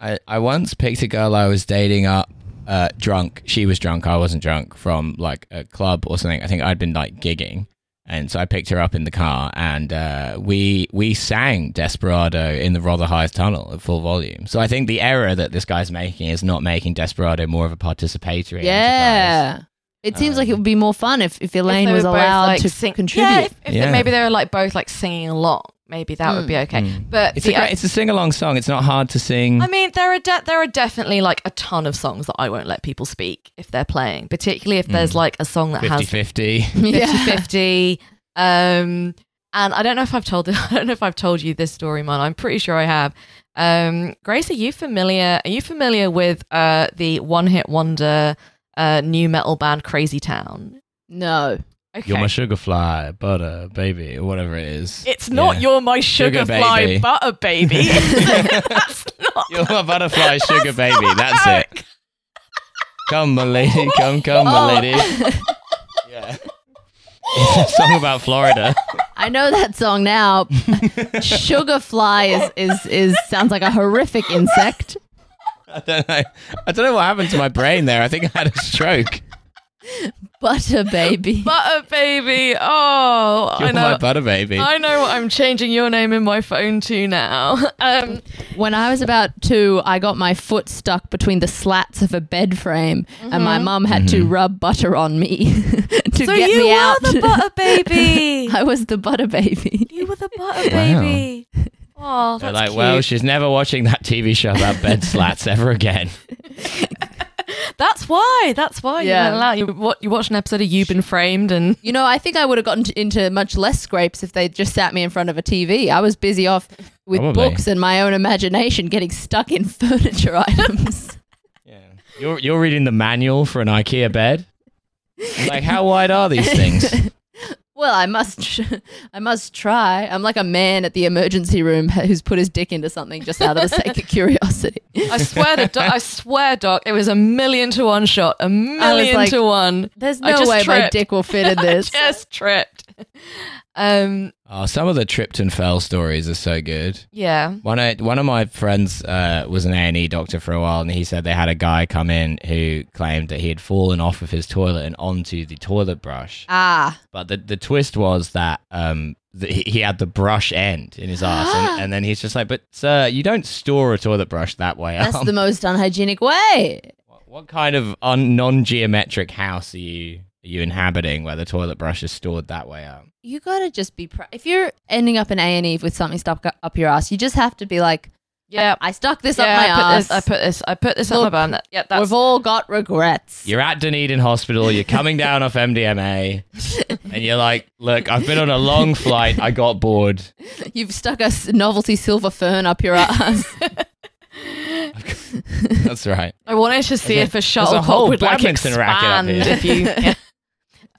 A: I, I once picked a girl I was dating up uh, drunk. She was drunk. I wasn't drunk from like a club or something. I think I'd been like gigging. And so I picked her up in the car, and uh, we we sang Desperado in the Rotherhithe Tunnel at full volume. So I think the error that this guy's making is not making Desperado more of a participatory. enterprise.
B: Yeah. It seems like it would be more fun if, if
C: Um, If
B: Elaine
C: they
B: was
C: were both,
B: allowed
C: like,
B: to
C: sing-
B: contribute.
C: Yeah, if, if they-
A: Yeah.
C: maybe they were like both like singing along, maybe that would be
B: Mm.
C: okay. But
A: It's
C: the
A: a great, it's a sing along song. It's not hard to sing.
C: I mean, there are de- there are definitely like a ton of songs that I won't let people speak if they're playing, particularly if
A: Mm.
C: there's like a song that
A: 50
C: has
A: 50.
C: 50-50. Um, and I don't know if I've told I don't know if I've told you this story, man. I'm pretty sure I have. Um, Grace, are you familiar? Are you familiar with uh, the one hit wonder uh, new metal band Crazy Town?
B: No.
C: Okay.
A: You're my sugar fly, butter, baby, or whatever it is.
C: it's not
A: Yeah.
C: you're my
A: Sugar
C: sugar, fly
A: baby.
C: butter baby. That's not.
A: You're my butterfly, sugar baby. That's
C: how
A: it. Come, my lady. Come, come,
B: Oh.
A: my lady. Yeah. It's a song about Florida.
B: I know that song now. Sugarfly is, is is sounds like a horrific insect.
A: I don't know. I don't know what happened to my brain there. I think I had a stroke.
B: Butter baby.
C: butter baby. Oh,
A: You're
C: I know. Oh,
A: my butter baby.
C: I know what I'm changing your name in my phone to now. Um,
B: When I was about two, I got my foot stuck between the slats of a bed frame, and my mum had to
A: Mm-hmm.
B: rub butter on me to
C: Mm-hmm. so
B: get me
C: you were
B: out.
C: the butter baby.
B: I was the butter baby.
C: you were the butter baby. Oh,
A: They're
C: that's
A: like,
C: cute.
A: well, she's never watching that TV show about bed slats ever again.
C: that's why. That's
B: Yeah.
C: why you went allowed. You, what, you watched an episode of You've Been Framed, and
B: You know, I think I would have gotten t- into much less scrapes if they just sat me in front of a TV. I was busy off with
A: Probably.
B: books and my own imagination getting stuck in furniture items.
A: Yeah. You're you're reading the manual for an IKEA bed. Like, how wide are these things?
B: well, I must I must try. I'm like a man at the emergency room who's put his dick into something just out of the sake of curiosity.
C: I swear to doc, I swear, doc, it was a million to one shot, a million
B: like,
C: to one.
B: There's
C: I
B: no
C: just
B: way my
C: tripped.
B: dick will fit in this.
C: Just tripped. Um,
A: Oh, some of the tripped and fell stories are so good.
C: yeah.
A: One of, one of my friends uh, was an A and E doctor for a while, and he said they had a guy come in who claimed that he had fallen off of his toilet and onto the toilet brush.
B: ah,
A: But the the twist was that um that he he had the brush end in his ass, and, and then he's just like, "But sir, you don't store a toilet brush that way."
B: that's
A: um,
B: the most unhygienic way.
A: what, what kind of un- non geometric house are you are you inhabiting where the toilet brush is stored that way up?
B: you gotta just be pr- if you're ending up in A and E with something stuck up your ass, you just have to be like,
C: Yeah.
B: I stuck this
C: yeah,
B: up my
C: I put
B: ass.
C: this. I put this. I put this on my
B: Look,
C: bum. That- Yeah, that's
B: We've all got regrets.
A: You're at Dunedin Hospital, you're coming down off MDMA, and you're like, look, I've been on a long flight, I got bored.
B: You've stuck a s- novelty silver fern up your ass.
A: That's right.
C: I wanted to see
A: There's a-
C: if a
A: there's a whole
C: shuttlecock would like
A: badminton
C: expand
A: racket up here.
C: if you.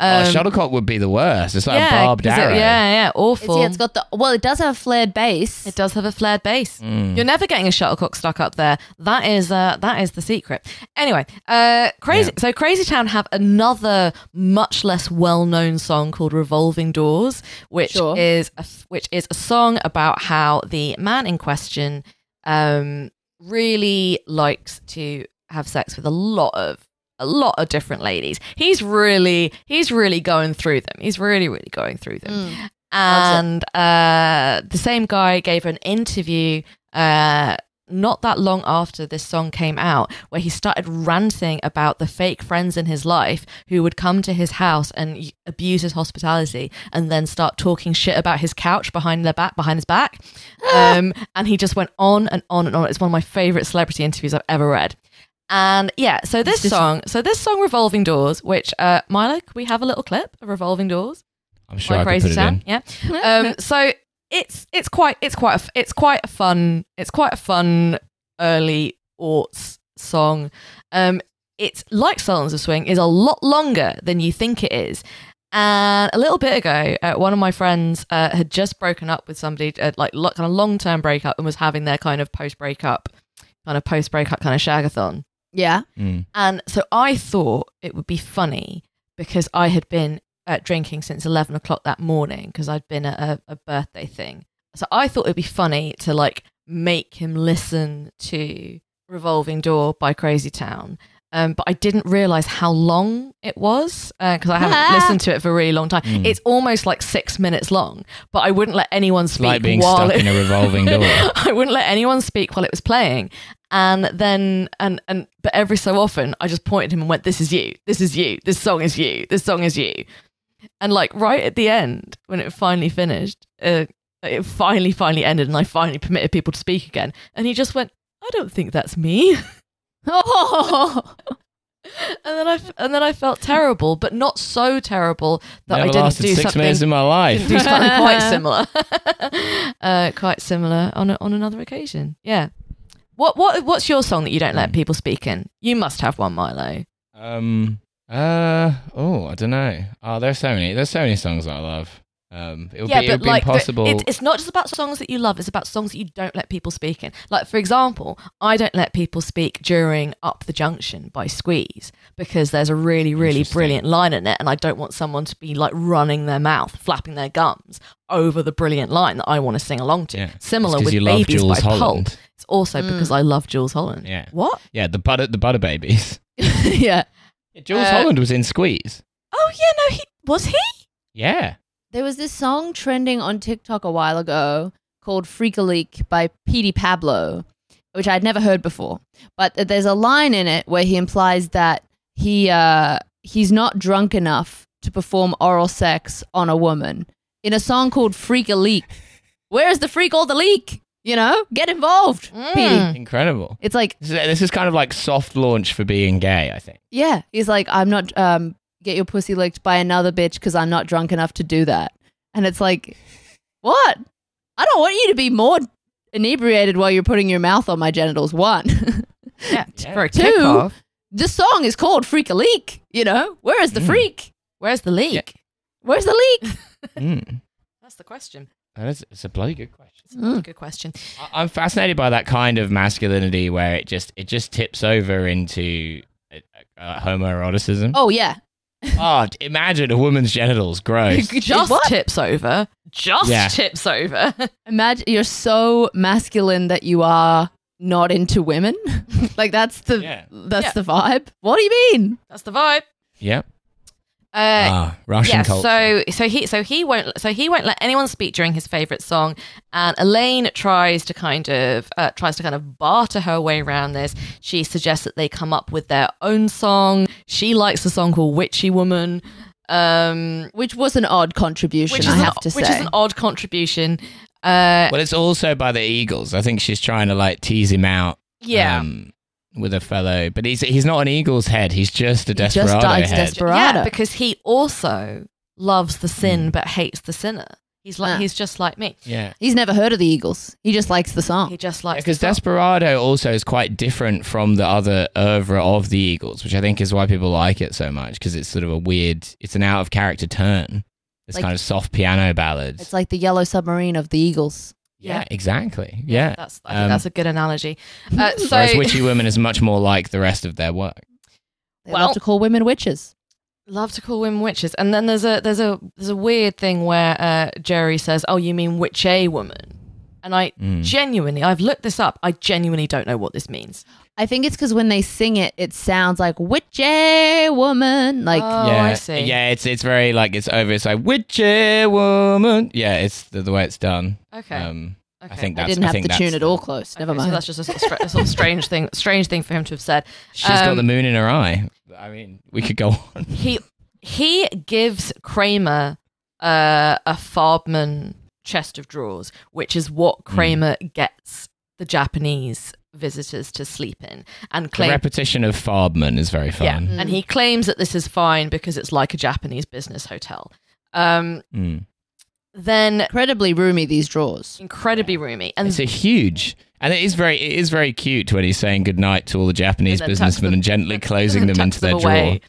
C: Yeah.
A: oh,
C: Um,
A: shuttlecock would be the worst. It's like
C: yeah,
A: a barbed
C: 'cause it-
A: arrow.
C: yeah, yeah,
B: It's-
C: awful.
B: yeah, it's got the well, it does have a flared base.
C: it does have a flared base.
A: Mm.
C: You're never getting a shuttlecock stuck up there. That is uh, that is the secret. Anyway, uh, crazy. So Crazy Town have another much less well known song called "Revolving Doors," which
B: Sure.
C: is a, which is a song about how the man in question um, really likes to have sex with a lot of a lot of different ladies. He's really he's really going through them. He's really really going through them.
B: Mm.
C: And uh, the same guy gave an interview uh, not that long after this song came out, where he started ranting about the fake friends in his life who would come to his house and y- abuse his hospitality, and then start talking shit about his couch behind their back, behind his back. Um, and he just went on and on and on. It's one of my favorite celebrity interviews I've ever read. And yeah, so this song, so this song, "Revolving Doors," which uh, Milo, can we have a little clip of "Revolving Doors"?
A: I'm sure
C: like
A: I could
C: crazy
A: put it
C: town.
A: in.
C: Yeah. Um, so it's it's quite it's quite a, f- it's quite a fun it's quite a fun early aughts song. Um, it's like Sultans of Swing is a lot longer than you think it is. And a little bit ago, uh, one of my friends uh, had just broken up with somebody, uh, like lo- kind of long term breakup, and was having their kind of post breakup, kind of post breakup kind of shagathon.
B: Yeah.
A: Mm.
C: And so I thought it would be funny because I had been uh, drinking since 11 o'clock that morning because I'd been at a, a birthday thing. So I thought it'd be funny to like make him listen to Revolving Door by Crazy Town Um, but I didn't realize how long it was because I haven't listened to it for a really long time.
A: Mm.
C: It's almost like six minutes long, but I wouldn't let anyone
A: It's
C: speak
A: like being
C: while
A: stuck
C: it-
A: in a revolving door.
C: I wouldn't let anyone speak while it was playing. And then and and but every so often I just pointed at him and went, This is you, this is you, this song is you, this song is you. And like right at the end, when it finally finished, uh, it finally, finally ended and I finally permitted people to speak again. And he just went, I don't think that's me.
B: Oh,
C: And then I f- and then I felt terrible, but not so terrible that
A: Never
C: I didn't
A: lasted
C: do
A: six
C: something
A: minutes of my life.
C: didn't do something quite similar. uh, quite similar on a, on another occasion. Yeah. What what what's your song that you don't
A: Hmm.
C: let people speak in? You must have one, Milo.
A: Um. Uh. Oh, I don't know. Oh, there's so many. There's so many songs that I love. Um. It would
C: yeah,
A: be, it
C: but
A: would be
C: like, the-
A: impossible.
C: it's, it's not just about songs that you love. It's about songs that you don't let people speak in. Like, for example, I don't let people speak during "Up the Junction" by Squeeze because there's a really, really
A: Interesting.
C: brilliant line in it, and I don't want someone to be like running their mouth, flapping their gums over the brilliant line that I want to sing along to.
A: Yeah. It's
C: Similar
A: 'cause
C: with
A: you love
C: "Babies"
A: Jules
C: by Pulp.
A: Holland.
C: It's also because I love Jules Holland.
A: Yeah.
C: Hmm. What?
A: Yeah. The butter. The butter babies.
B: yeah.
A: Yeah, Jules
C: Uh,
A: Holland was in Squeeze.
C: Oh yeah, no, he was he?
A: Yeah.
B: There was this song trending on TikTok a while ago called Freak a Leak by Petey Pablo, which I'd never heard before. But th- there's a line in it where he implies that he uh, he's not drunk enough to perform oral sex on a woman in a song called Freak a Leak. Where's the freak all the leak? You know, get involved,
A: Mm.
B: Petey.
A: Incredible.
B: It's like,
A: This is, this is kind of like soft launch for being gay. I think.
B: yeah, he's like, I'm not um, get your pussy licked by another bitch because I'm not drunk enough to do that. And it's like, what? I don't want you to be more inebriated while you're putting your mouth on my genitals. One,
C: Yeah,
A: Yeah.
C: for a
B: Two.
C: kickoff.
B: this song is called Freak a Leak. You know, where is the
A: Mm.
B: freak?
C: Where's the leak?
B: Where's the leak?
A: Mm.
C: That's the question.
A: That is. It's a bloody good question.
C: It's a really good question.
A: I- I'm fascinated by that kind of masculinity where it just it just tips over into uh, uh, homoeroticism.
B: Oh, yeah.
A: Oh, d- imagine a woman's genitals. Gross.
C: Just
B: What?
C: tips over. Just
A: Yeah.
C: tips over.
B: Imagine you're so masculine that you are not into women. like that's the
A: Yeah.
B: that's
C: Yeah.
B: the vibe. What do you mean?
C: That's the vibe.
A: yep.
C: Uh,
A: Ah, Russian
C: yeah.
A: culture.
C: So so he so he won't so he won't let anyone speak during his favorite song, and Elaine tries to kind of uh, tries to kind of barter her way around this. She suggests that they come up with their own song. She likes a song called Witchy Woman. Um,
B: Which was an odd contribution, I
C: is
B: have
C: an,
B: to
C: Which is
B: say.
C: an odd contribution. Uh,
A: well, it's also by the Eagles. I think she's trying to like tease him out.
C: yeah.
A: um, with a fellow, but he's he's not an Eagle's head. He's just a
B: He just
A: desperado
B: dies
A: head.
B: desperate. Barada.
C: yeah, because he also loves the sin but hates the sinner. He's like
B: Ah.
C: he's just like me.
A: yeah.
B: He's never heard of the Eagles. He just likes the song.
C: He just likes
A: Because
C: the song.
A: Desperado also is quite different from the other oeuvre of the Eagles, which I think is why people like it so much because it's sort of a weird, it's an out of character turn. This
B: Like-
A: kind of soft piano ballads.
B: It's like the yellow submarine of the Eagles.
A: yeah, exactly. Yeah.
C: That's I think
A: Um,
C: that's a good analogy. Uh, so
A: Whereas Witchy Woman is much more like the rest of their work.
B: They
C: Well-
B: love to call women witches.
C: love to call women witches, and then there's a there's a there's a weird thing where uh, Jerry says, "Oh, you mean witch a woman," and I
A: Mm.
C: genuinely I've looked this up. I genuinely don't know what this means.
B: I think it's because when they sing it, it sounds like witchy woman. Like
C: Oh,
A: yeah,
C: I see.
A: yeah, it's it's very like it's over. It's like Witchy Woman. Yeah, it's the, the way it's done.
C: Okay.
A: Um,
C: okay.
A: I think
B: I
A: that's.
B: didn't
A: I
B: have
A: think
B: the
A: that's
B: tune at
A: the-
B: all close. Never
C: Okay,
B: mind.
C: So that's just a sort of, stra- a sort of strange thing, strange thing for him to have said.
A: She's got
C: Um,
A: the moon in her eye. I mean, we could go on.
C: He he gives Kramer uh, a Farbman chest of drawers, which is what
A: Hmm.
C: Kramer gets the Japanese visitors to sleep in, and
A: The
C: claim
A: repetition of Farbman is very
C: yeah,
A: fun.
B: Mm.
C: and he claims that this is fine because it's like a Japanese business hotel. Um,
A: Mm.
C: then
B: Incredibly roomy these drawers.
C: incredibly roomy, and
A: It's a huge, and it is very, it is very cute when he's saying goodnight to all the Japanese
C: And then tucks
A: businessmen
C: them-
A: and gently closing them
C: tucks
A: into their drawer.
C: away.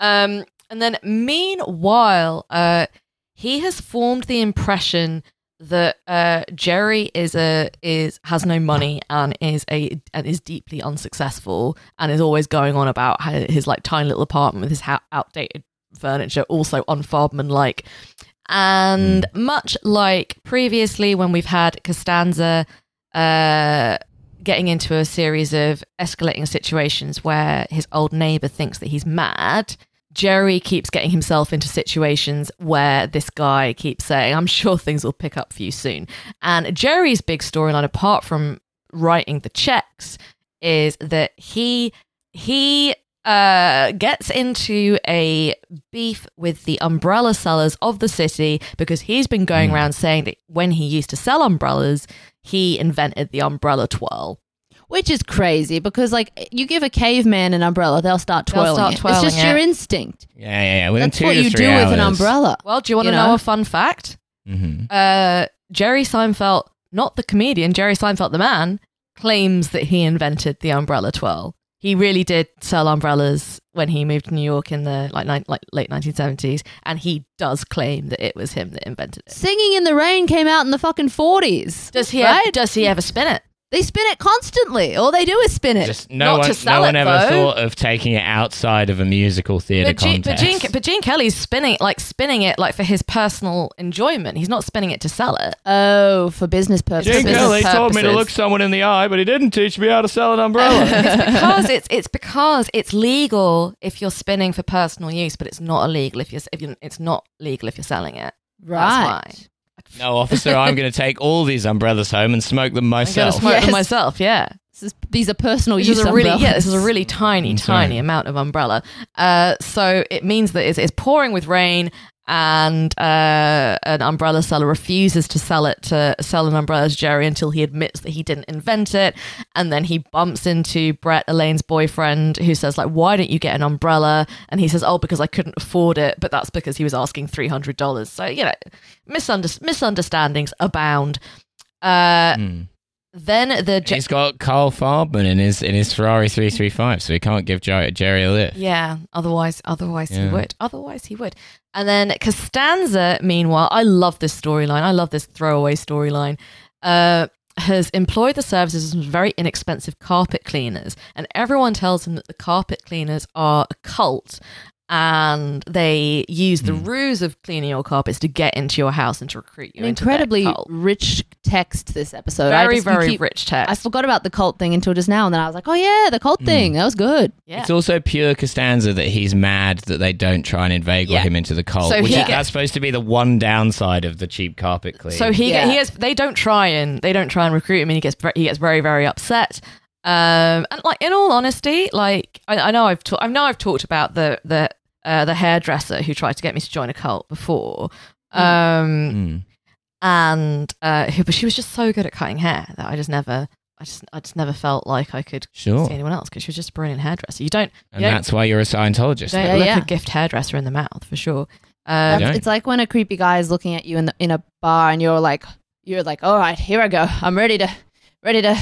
C: Um, and then meanwhile, uh, he has formed the impression that uh, Jerry is a is has no money and is a and is deeply unsuccessful and is always going on about how his like tiny little apartment with his ho outdated furniture, also on Farbman like. And
A: Hmm.
C: much like previously when we've had Costanza uh, getting into a series of escalating situations where his old neighbor thinks that he's mad. Jerry keeps getting himself into situations where this guy keeps saying, I'm sure things will pick up for you soon. And Jerry's big storyline, apart from writing the checks, is that he he uh, gets into a beef with the umbrella sellers of the city because he's been going
A: Mm.
C: around saying that when he used to sell umbrellas, he invented the umbrella twirl.
B: Which is crazy because, like, you give a caveman an umbrella, they'll start
C: They'll
B: twirling.
C: start
B: it.
C: twirling
B: it's just
C: it.
B: your instinct.
A: Yeah, yeah, yeah. Within
B: That's
A: two
B: what
A: to
B: you
A: three
B: do with an
A: hours.
B: umbrella.
C: Well, do you want to
B: You
C: know?
B: know?
C: a fun fact?
A: Mhm.
C: Uh, Jerry Seinfeld, not the comedian, Jerry Seinfeld the man, claims that he invented the umbrella twirl. He really did sell umbrellas when he moved to New York in the like, ni- like late 1970s, and he does claim that it was him that invented it.
B: Singing in the Rain came out in the fucking 40s.
C: Does he?
B: Right?
C: Ever, does he ever spin it?
B: They spin it constantly. All they do is spin it.
A: Just no
C: Not
A: one,
C: to
A: no
C: sell
A: one
C: it,
A: ever
C: though.
A: thought of taking it outside of a musical theatre
C: But, Gene, but,
A: contest.
C: Gene, but Gene Kelly's spinning like spinning it like for his personal enjoyment. He's not spinning it to sell it.
B: oh, for business purposes.
C: Gene Business Kelly. told me to purposes. look
A: someone in the eye, but he didn't teach me how to sell an
C: it's because it's it's because it's legal if you're spinning for personal use, but it's not illegal if you're if you it's not legal if you're selling it.
B: Right.
C: That's
A: no, officer, I'm going to take all these umbrellas home and smoke them
C: I'm gonna
A: myself.
C: smoke
B: Yes.
C: them myself. Yeah,
B: This is, these are personal
C: this
B: use
C: is a really
B: umbrellas.
C: yeah, this is a really tiny
A: I'm sorry.
C: tiny amount of umbrella. Uh, so it means that it's, it's pouring with rain. And uh, an umbrella seller refuses to sell it to sell an umbrella to Jerry until he admits that he didn't invent it, and then he bumps into Brett Elaine's boyfriend who says like, "Why don't you get an umbrella?" And he says, "Oh, because I couldn't afford it," but that's because he was asking three hundred dollars. So you know, misunder- misunderstandings abound. Uh,
A: Hmm.
C: Then the
A: And He's got Carl Farben in his in his Ferrari 335, so he can't give Jerry, Jerry a lift.
C: Yeah, otherwise, otherwise
A: Yeah.
C: he would. Otherwise he would. And then Costanza, meanwhile, I love this storyline. I love this throwaway storyline. Uh, has employed the services of some very inexpensive carpet cleaners, and everyone tells him that the carpet cleaners are a cult. And they use the
A: Hmm.
C: ruse of cleaning your carpets to get into your house and to recruit you.
B: An
C: into their
B: incredibly
C: cult.
B: rich text this episode. I
C: very,
B: just- you
C: very
B: keep-
C: rich
B: I
C: text.
B: forgot about the cult thing until just now, and then I was like, oh yeah, the
C: Hmm.
B: cult
A: Mm.
B: thing. That was good.
C: yeah.
A: It's also pure Costanza that he's mad that they don't try and inveigle
C: Yeah.
A: him into the cult,
C: So
A: which
C: he
A: is,
C: get-
A: that's supposed to be the one downside of the cheap carpet clean.
C: So he
B: Yeah.
C: he has they don't try and they don't try and recruit him, and he gets ve- he gets very very upset. Um, and like in all honesty, like I, I know I've ta- I know I've talked about the the uh, the hairdresser who tried to get me to join a cult before. Um,
A: Hmm.
C: and uh, who, but she was just so good at cutting hair that I just never. I just, I just never felt like I could
A: sure.
C: see anyone else because she was just a brilliant hairdresser. You don't,
A: And
C: Yeah.
A: that's why you're a Scientologist.
C: don't
B: Yeah,
C: look
B: yeah.
C: a gift hairdresser in the mouth for sure.
A: You
C: Um,
A: don't?
B: It's like when a creepy guy is looking at you in the, in a bar, and you're like, you're like, all right, here I go. I'm ready to, ready to,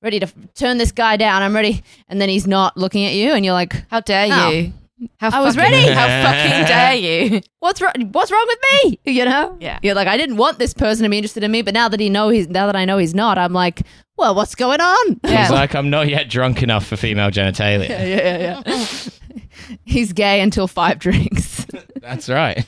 B: ready to turn this guy down. I'm ready, and then he's not looking at you, and you're like,
C: how dare
B: No.
C: you? How
B: I was
C: fucking-
B: ready.
C: How fucking dare you?
B: what's wrong? What's wrong with me? You know?
C: Yeah.
B: You're like, I didn't want this person to be interested in me, but now that he know he's now that I know he's not, I'm like, well, what's going on?
C: Yeah.
A: He's like, I'm not yet drunk enough for female genitalia.
B: yeah, yeah, yeah. he's gay until five drinks.
A: That's right.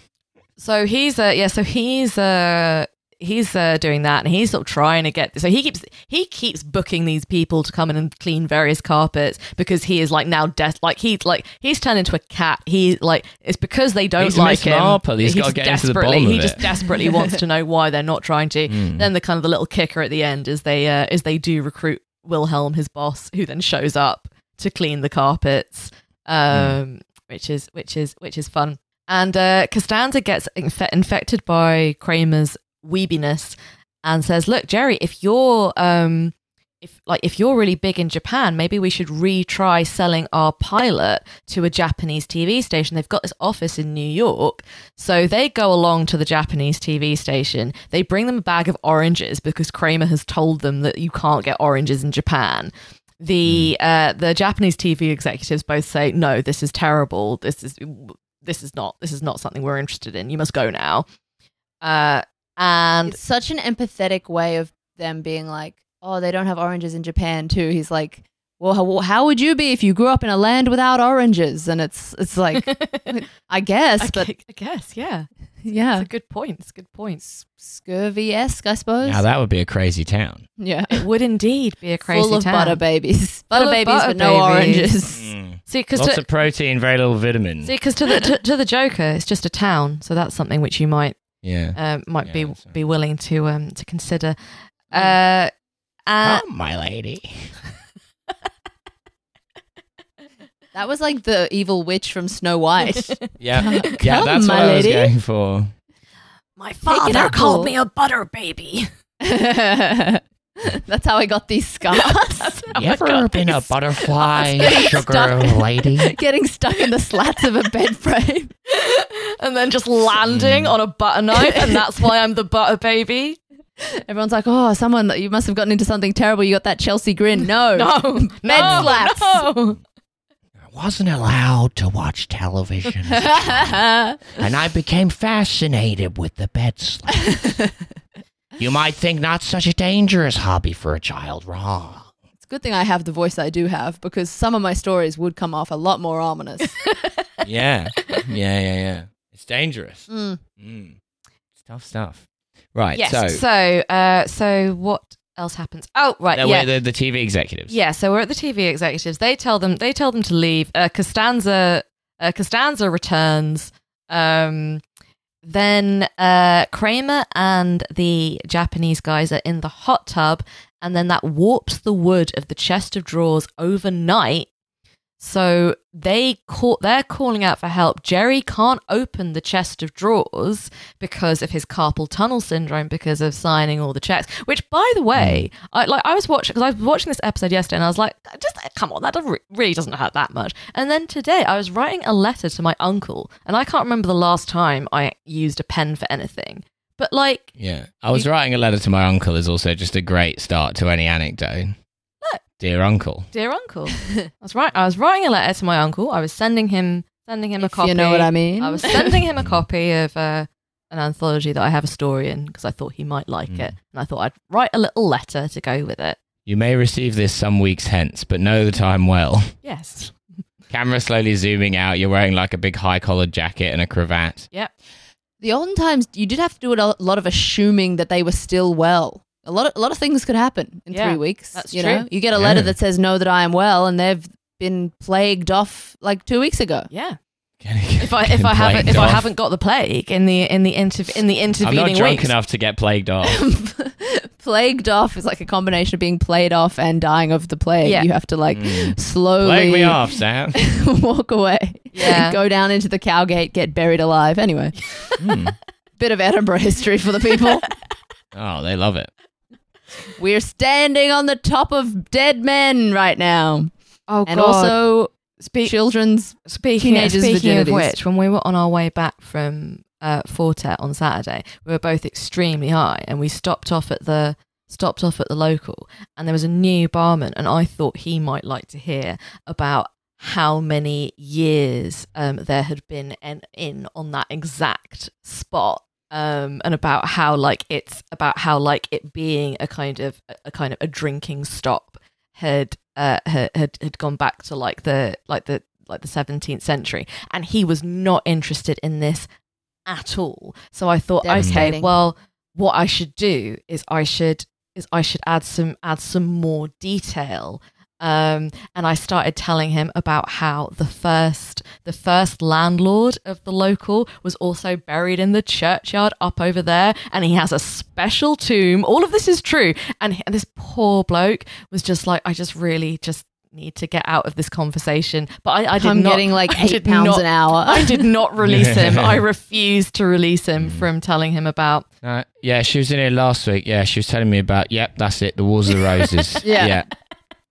C: So he's uh yeah, so he's uh he's uh doing that and he's sort of trying to get so he keeps he keeps booking these people to come in and clean various carpets because he is like now death like he's like he's turned into a cat. He like it's because they don't
A: He's
C: like
A: Miss
C: him.
A: Marple. He's
C: he
A: gotta
C: just
A: get into the
C: desperately-
A: bottom of
C: he just
A: it.
C: desperately wants to know why they're not trying to.
A: Mm.
C: Then the kind of the little kicker at the end is they uh is they do recruit Wilhelm, his boss, who then shows up to clean the carpets. Um which is which is which is fun. And uh, Costanza gets infe- infected by Kramer's weebiness and says, "Look, Jerry, if you're um, if like if you're really big in Japan, maybe we should retry selling our pilot to a Japanese TV station. They've got this office in New York, so they go along to the Japanese TV station. They bring them a bag of oranges because Kramer has told them that you can't get oranges in Japan." The
A: Mm.
C: uh, the Japanese TV executives both say, "No, this is terrible. This is this is not this is not something we're interested in. You must go now." Uh, and
B: it's such an empathetic way of them being like, oh, they don't have oranges in Japan too. He's like, well, how, how would you be if you grew up in a land without oranges? And it's it's like, I guess,
C: I,
B: but
C: gu- I guess, yeah.
B: yeah,
C: It's a good point. It's a good point.
B: scurvy esque, I suppose.
A: Now that would be a crazy town.
B: yeah,
C: It would indeed be a crazy
B: full of
C: town.
B: butter babies, butter
C: of
B: babies,
C: butter
B: but no
C: babies.
A: Mm.
B: oranges.
C: See, because
A: Lots
C: to,
A: of protein, very little vitamin.
C: see, 'cause to the to, to the Joker, it's just a town, so that's something which you might
A: yeah.
C: um, might
A: Yeah,
C: be
A: that's right.
C: be willing to um to consider. Uh, uh,
A: Come, my lady.
B: That was like the evil witch from Snow White.
A: Yeah, yeah,
B: Come,
A: that's what
B: my
A: I was
B: lady.
A: going for.
C: my
B: father called me
C: a butter baby.
B: That's how I got these scars.
A: you ever been a butterfly
B: sugar stuck.
A: lady?
B: Getting stuck in the slats of a bed frame.
C: and then just
A: Mm.
C: landing on a butter knife, and that's why I'm the butter baby.
B: Everyone's like, "Oh, someone, you must have gotten into something terrible. You got that Chelsea grin." No,
C: No,
B: bed
C: no,
B: slaps.
C: no.
A: I wasn't allowed to watch television, and I became fascinated with the bed slap. you might think not such a dangerous hobby for a child. Wrong.
B: It's a good thing I have the voice I do have because some of my stories would come off a lot more ominous.
A: Yeah, yeah, yeah, yeah. It's dangerous.
B: Mm.
A: Mm. It's tough stuff. Right.
C: Yes.
A: So,
C: So, uh, so what else happens? Oh, right.
A: no,
C: yeah.
A: wait, the, the TV executives.
C: Yeah, so we're at the TV executives. They tell them they tell them to leave. Uh, Costanza uh, Costanza returns. Um, then uh, Kramer and the Japanese guys are in the hot tub, and then that warps the wood of the chest of drawers overnight. So they call they're calling out for help. Jerry can't open the chest of drawers because of his carpal tunnel syndrome because of signing all the checks. Which, by the way,
B: Hmm.
C: I like I was watching because I was watching this episode yesterday, and I was like, just come on, that doesn't, re- really doesn't hurt that much. And then today, I was writing a letter to my uncle, and I can't remember the last time I used a pen for anything. But like,
A: Yeah. I was writing a letter to my uncle is also just a great start to any anecdote.
C: Look.
A: Dear uncle.
C: dear uncle, I was right. I was writing a letter to my uncle. I was sending him sending him a
B: if
C: copy.
B: you know what I mean.
C: I was sending him a copy of uh, an anthology that I have a story in because I thought he might like
A: Mm.
C: it, and I thought I'd write a little letter to go with it.
A: You may receive this some weeks hence, but know the time well.
C: Yes.
A: Camera slowly zooming out. You're wearing like a big high collared jacket and a cravat.
B: the olden times, you did have to do a lot of assuming that they were still well. A lot of a lot of things could happen in
C: Yeah,
B: three weeks.
C: that's
B: you
C: true.
B: know, you get a letter
A: Yeah.
B: that says, "Know that I am well," and they've been plagued off like two weeks ago.
C: Yeah.
A: If
C: If I if I haven't if I haven't got the plague in the in the interv- in the
A: I'm
C: intervening
A: not drunk
C: weeks,
A: enough to get plagued off.
B: plagued off is like a combination of being played off and dying of the plague.
C: Yeah.
B: You have to like
A: Mm. Plague me
B: slowly
A: off, Sam.
B: walk away,
C: Yeah.
B: go down into the cowgate, get buried alive. Anyway,
A: Mm.
B: bit of Edinburgh history for the people.
A: Oh, they love it.
B: We're standing on the top of dead men right now,
C: oh
B: and also
C: Speak,
B: children's.
C: speaking
B: teenagers'
C: speaking of
B: virginities.
C: which, when we were on our way back from uh, Fortet on Saturday, we were both extremely high, and we stopped off at the stopped off at the local, and there was a new barman, and I thought he might like to hear about how many years um, there had been an in on that exact spot um, and about how like it's about how like it being a kind of a kind of a drinking stop had uh, had had had gone back to like the like the like the 17th century and he was not interested in this at all so i thought okay
B: Devastating.
C: well what i should do is i should is i should add some add some more detail um, and I started telling him about how the first the first landlord of the local was also buried in the churchyard up over there, and he has a special tomb. All of this is true, and he- this poor bloke was just like, I just really just need to get out of this conversation. But I, I did
B: I'm
C: not.
B: getting like
C: I
B: eight
C: did
B: pounds
C: not-
B: an hour.
C: I did not release him. I refused to release him from telling him about
A: Uh, yeah, she was in here last week. Yeah, she was telling me about. Yep, that's it. The Wars of the Roses.
B: Yeah.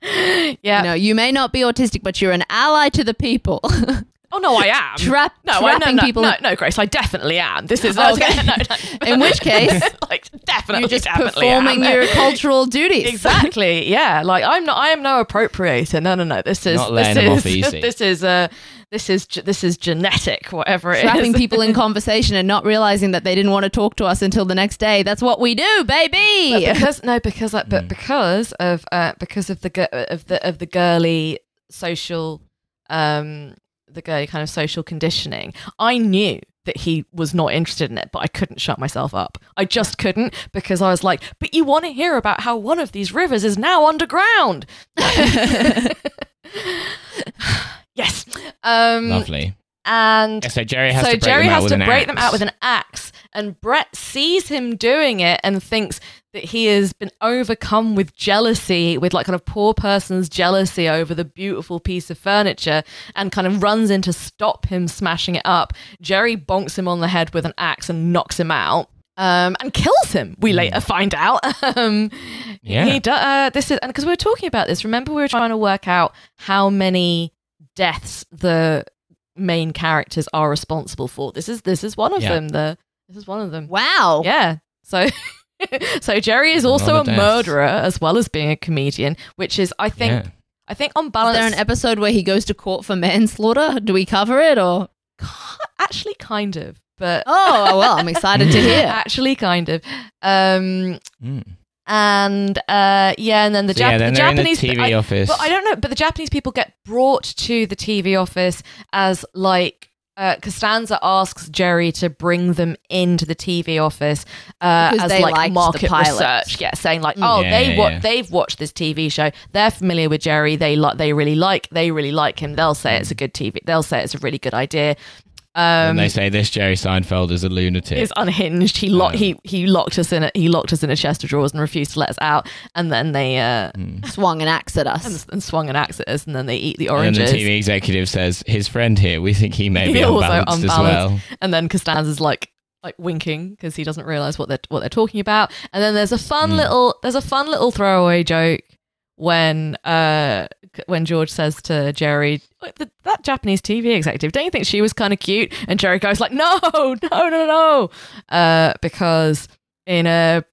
C: yeah.
B: You know, you may not be autistic, but you're an ally to the people.
C: Oh no, I am.
B: Trap,
C: no, I, no,
B: trapping
C: no,
B: people. Oh,
C: no, no, Grace, I definitely am. This is
B: Okay.
C: no, no.
B: In which case,
C: like definitely,
B: you're just
C: definitely
B: performing
C: am.
B: your cultural duties.
C: exactly. Yeah, like I'm not. I am no appropriator. No, no, no. This is
A: Not
C: this
A: laying them
C: is
A: off easy.
C: this is uh this is ge- this is genetic. Whatever it is.
B: Trapping people in conversation and not realizing that they didn't want to talk to us until the next day. That's what we do, baby.
C: But because no, because like, but because of uh, because of the gi- of the of the girly social, um, the girly kind of social conditioning. I knew that he was not interested in it, but I couldn't shut myself up. I just couldn't because I was like, but you want to hear about how one of these rivers is now underground. yes. Um,
A: Lovely.
C: And
A: Yeah, so Jerry has
C: so
A: to break,
C: Jerry
A: them, out
C: has
A: with
C: to
A: an
C: break them
A: axe.
C: out with an axe, and Brett sees him doing it and thinks that he has been overcome with jealousy, with like kind of poor person's jealousy over the beautiful piece of furniture, and kind of runs in to stop him smashing it up. Jerry bonks him on the head with an axe and knocks him out. Um, and kills him. We later
A: Hmm.
C: find out. um,
A: Yeah.
C: he do- uh, this is because we were talking about this. Remember, we were trying to work out how many deaths the main characters are responsible for. This is this is one of
A: Yeah.
C: them. The this is one of them.
B: Wow.
C: Yeah. So so Jerry is
A: One
C: also a
A: of the deaths.
C: murderer as well as being a comedian, which is I think
A: Yeah.
C: I think on
B: Is
C: balance
B: there an episode where he goes to court for manslaughter? Do we cover it or?
C: actually kind of, but
B: Oh well, I'm excited to hear.
C: actually kind of. Um
A: Mm.
C: and uh yeah, and then the,
A: So,
C: Jap-
A: yeah, then
C: the
A: they're
C: Japanese
A: in the TV
C: I-
A: office.
C: But I don't know. But the Japanese people get brought to the TV office as like uh, Costanza asks Jerry to bring them into the TV office uh,
B: Because
C: as
B: they
C: like
B: liked the
C: market
B: pilot.
C: research. Yeah, saying like,
B: Mm.
C: oh,
A: Yeah,
C: they
A: yeah,
C: wa-
A: yeah.
C: they've watched this TV show. They're familiar with Jerry. They like they really like they really like him. They'll say it's a good TV. They'll say it's a really good idea. Um,
A: Mm. and they say this Jerry Seinfeld is a lunatic.
C: is unhinged. He lo-
A: Um,
C: he he locked us in a he locked us in a chest of drawers and refused to let us out. And then they uh,
A: Mm.
B: Swung an axe at us.
C: and, and swung an axe at us, and then they eat the
A: And then
C: oranges.
A: the TV executive says, his friend here, we think he may
C: He
A: be
C: also
A: unbalanced,
C: unbalanced. And then Costanza's like like winking because he doesn't realize what they're what they're talking about. And then there's a fun
A: Mm.
C: little there's a fun little throwaway joke when uh c- when George says to Jerry "Look, th- that Japanese TV executive don't you think she was kind of cute and Jerry goes like no no no no uh because in a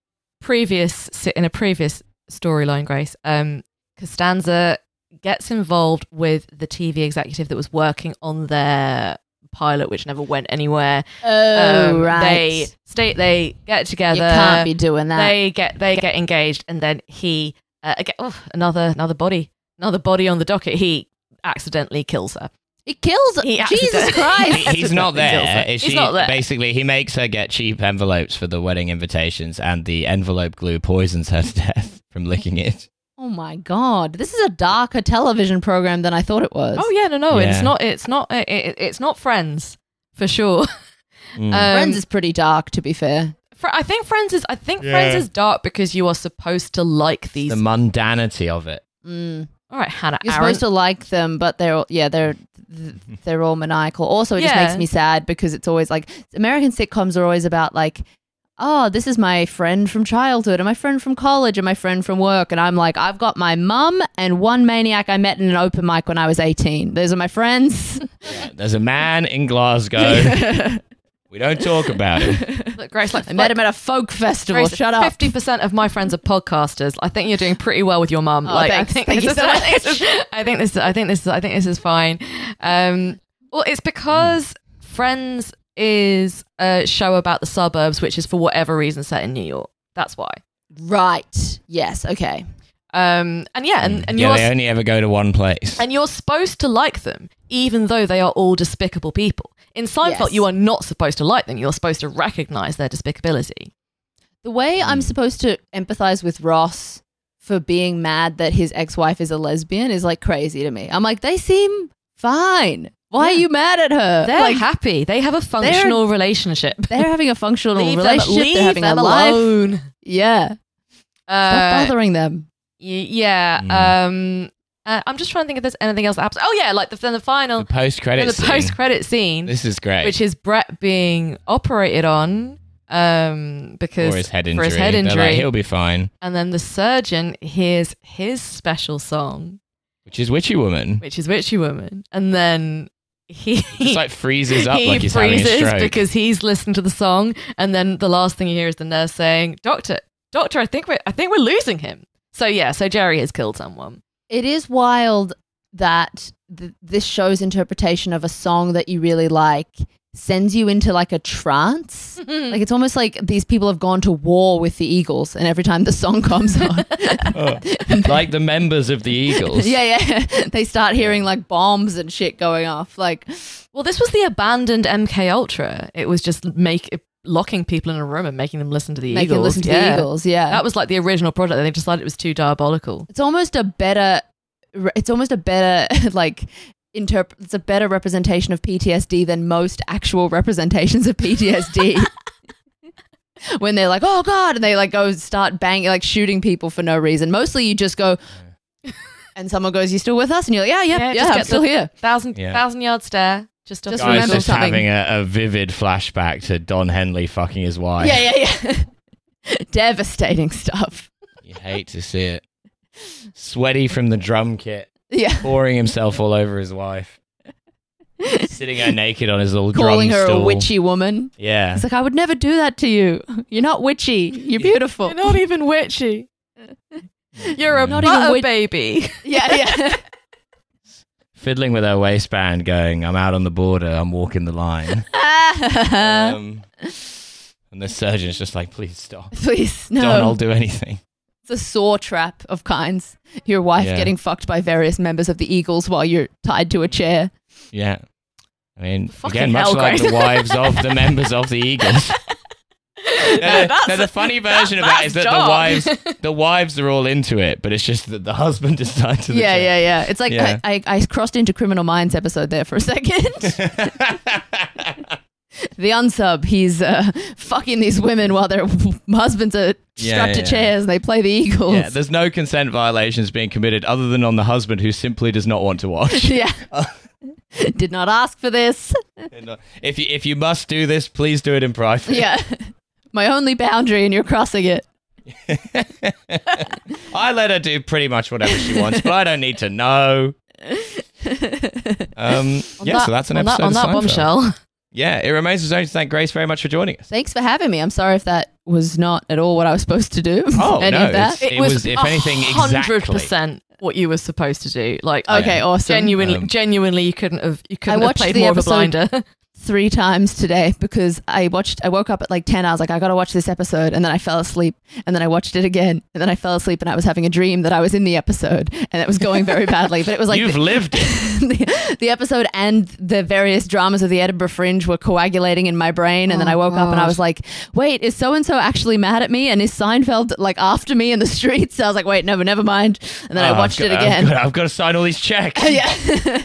C: previous si- in a previous storyline Grace um Costanza gets involved with the TV executive that was working on their pilot, which never went anywhere.
B: Oh
C: Um,
B: right.
C: They stay. They get
B: you
C: together.
B: can't be doing that.
C: they get they get engaged, and then he uh, again oh, another another body another body on the docket. He accidentally kills her.
B: it kills.
C: He
B: Jesus
C: accident-
B: Christ.
A: He- He's not there.
C: He's
A: Is she-
C: not there.
A: Basically, he makes her get cheap envelopes for the wedding invitations, and the envelope glue poisons her to death from licking it.
B: Oh my god, this is a darker television program than I thought it was.
C: Oh yeah, no, no, it's
A: Yeah.
C: not. It's not. It, it, it's not Friends for sure.
A: Mm.
C: Um,
B: Friends is pretty dark, to be fair.
C: Fr- I think Friends is. I think Friends
A: Yeah.
C: is dark because you are supposed to like these.
A: the mundanity of it.
B: Mm.
C: all right, Hannah.
B: You're
C: Arendt.
B: supposed to like them, but they're all, yeah they're th- they're all maniacal. Also, it
C: Yeah.
B: just makes me sad because it's always like American sitcoms are always about like, oh, this is my friend from childhood, and my friend from college, and my friend from work, and I'm like, I've got my mum and one maniac I met in an open mic when I was 18. Those are my friends.
A: There's a man in Glasgow. we don't talk about it.
C: Look, Grace, like
B: I met him at a folk festival. Shut up.
C: Fifty percent of my friends are podcasters. I think you're doing pretty well with your mum.
B: Oh,
C: like,
B: thanks.
C: I think
B: Thank
C: this
B: you
C: is,
B: so
C: I think
B: much.
C: this is- I think this. I think this. I think this is fine. Um, well, it's because Friends is a show about the suburbs, which is for whatever reason set in New York. That's why.
B: Right. Yes. Okay.
C: Um, and yeah, and, and
A: Mm. yeah,
C: you're
A: they only ever go to one place.
C: and you're supposed to like them, even though they are all despicable people. In Seinfeld,
B: Yes.
C: you are not supposed to like them. You're supposed to recognize their despicability.
B: The way I'm supposed to empathize with Ross for being mad that his ex wife is a lesbian is like crazy to me. I'm like, they seem fine. Why
C: Yeah.
B: are you mad at her?
C: They're
B: Uh, like,
C: happy. They have a functional relationship.
B: they're having a functional
C: Leave them-
B: relationship.
C: leave
B: they're having
C: them
B: a life.
C: alone.
B: Yeah. Stop
C: Uh,
B: bothering them.
C: y- yeah.
A: Mm.
C: Um, uh, I'm just trying to think if there's anything else that happens. Oh yeah, like the, then the final,
A: the post
C: then
A: credits.
C: the post credit scene,
A: This is great.
C: which is Brett being operated on, um, because
A: for his head
C: for
A: injury.
C: his head
A: They're like,
C: injury.
A: He'll be fine.
C: and then the surgeon hears his special song,
A: Which is Witchy Woman.
C: which is Witchy Woman, and then he
A: Just like freezes up
C: he
A: like he's having a
C: freezes
A: stroke.
C: because he's listened to the song, and then the last thing you hear is the nurse saying, "Doctor, doctor, I think we're I think we're losing him." So yeah, so Jerry has killed someone.
B: It is wild that th- this show's interpretation of a song that you really like sends you into like a trance.
C: like,
B: Like it's almost like these people have gone to war with the Eagles, and every time the song comes on,
A: like the members of the Eagles.
B: yeah, yeah, they start hearing like bombs and shit going off. Like,
C: well, this was the abandoned MK Ultra. It was just make locking people in a room and making them listen to the
B: making
C: Eagles.
B: listen to
C: Yeah.
B: the Eagles. Yeah,
C: That was like the original product. and They decided it was too diabolical.
B: it's almost a better it's almost a better like interpret it's a better representation of PTSD than most actual representations of PTSD when they're like oh god and they like go start banging like shooting people for no reason mostly you just go and someone goes you still with us and you're like yeah yeah
C: Yeah,
B: yeah,
C: just
B: I'm
C: get
B: still
C: the-
B: here
C: Thousand
A: Yeah.
C: thousand yard stare. Just
B: Just
C: doesn't
A: I was
B: remember
A: just
C: matter.
B: something.
A: having a, a vivid flashback to Don Henley fucking his wife.
B: yeah yeah yeah devastating stuff
A: You hate to see it. Sweaty from the drum kit,
B: yeah
A: pouring himself all over his wife, sitting her naked on his little
B: calling
A: drum
B: her
A: stool.
B: a witchy woman
A: Yeah.
B: it's like I would never do that to you you're not witchy you're beautiful
C: You're not even witchy. You're a
A: Not
B: even
C: butter
B: wit-
C: baby.
B: yeah yeah
A: Fiddling with her waistband, going, "I'm out on the border. I'm walking the line."
B: Uh.
A: um, and the surgeon's just like, "Please stop,
B: Please, no.
A: Don. I'll do anything."
B: It's a sore trap of kinds. Your wife
A: Yeah.
B: getting fucked by various members of the Eagles while you're tied to a chair.
A: Yeah. I mean,
C: Fucking
A: again, much
C: hell,
A: like
C: Grace.
A: the wives of the members of the Eagles. No, no, no, the funny version of that is that the wives, the wives are all into it, but it's just that the husband is tied to the
B: Yeah, yeah, yeah. It's like
A: Yeah.
B: I, I, I crossed into Criminal Minds episode there for a second.
A: yeah.
B: the unsub, he's uh, fucking these women while their husbands are strapped
A: Yeah,
B: to
A: yeah.
B: chairs and they play the Eagles.
A: yeah, there's no consent violations being committed other than on the husband who simply does not want to watch.
B: yeah. Did not ask for this.
A: uh, if you if you must do this, please do it in private.
B: Yeah. My only boundary, and you're crossing it.
A: I let her do pretty much whatever she wants, but I don't need to know. Um, yeah, so that's an episode
C: on that, on
A: of
C: that
A: Seinfeld.
C: bombshell.
A: Yeah, it remains us only to thank Grace very much for joining us.
B: Thanks for having me. I'm sorry if that was not at all what I was supposed to do.
A: Oh,
B: any
A: no,
B: of that.
A: it's- It was, if anything,
C: percent what you were supposed to do. Like, I
B: Okay,
A: Yeah.
B: awesome.
C: genuinely,
A: Um,
C: genuinely, you couldn't have you couldn't have
B: watched
C: played
B: the
C: more
B: episode-
C: of a blinder.
B: Three times today because I watched. I woke up at like ten. I was like, I gotta watch this episode, and then I fell asleep, and then I watched it again, and then I fell asleep, and I was having a dream that I was in the episode, and it was going very badly. But it was like
A: You've
B: the,
A: lived it.
B: the, the episode and the various dramas of the Edinburgh Fringe were coagulating in my brain, and then
C: Oh,
B: I woke up and I
C: God.
B: was like, wait, is so and so actually mad at me, and is Seinfeld like after me in the streets? So I was like, wait, no, but never mind. And then
A: Oh,
B: I
A: I've
B: watched
A: got-
B: it again.
A: I've got, I've got to sign all these checks.
B: yeah.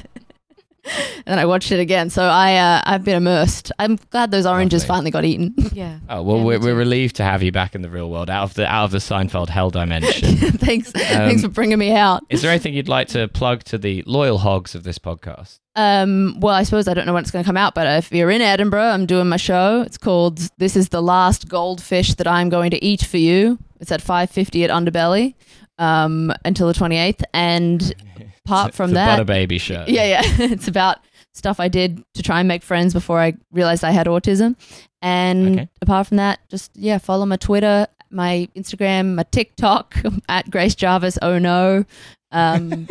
B: and I watched it again. So I uh, I've been immersed. I'm glad those oranges
A: Lovely.
B: finally got eaten.
C: yeah.
A: Oh well,
C: Yeah,
A: we're,
C: me
A: we're
C: too.
A: relieved to have you back in the real world, out of the out of the Seinfeld hell dimension.
B: thanks
A: Um,
B: thanks for bringing me out.
A: Is there anything you'd like to plug to the loyal hogs of this podcast?
B: Um well, I suppose I don't know when it's going to come out, but if you're in Edinburgh, I'm doing my show. It's called This is the last goldfish that I'm going to eat for you. It's at 5:50 at Underbelly um until the 28th and apart
A: It's
B: from
A: a
B: that
A: butter baby show.
B: Yeah, yeah. It's about stuff I did to try and make friends before I realized I had autism. And
A: Okay.
B: apart from that, just yeah, follow my Twitter, my Instagram, my TikTok at Grace Jarvis. Oh no. Um,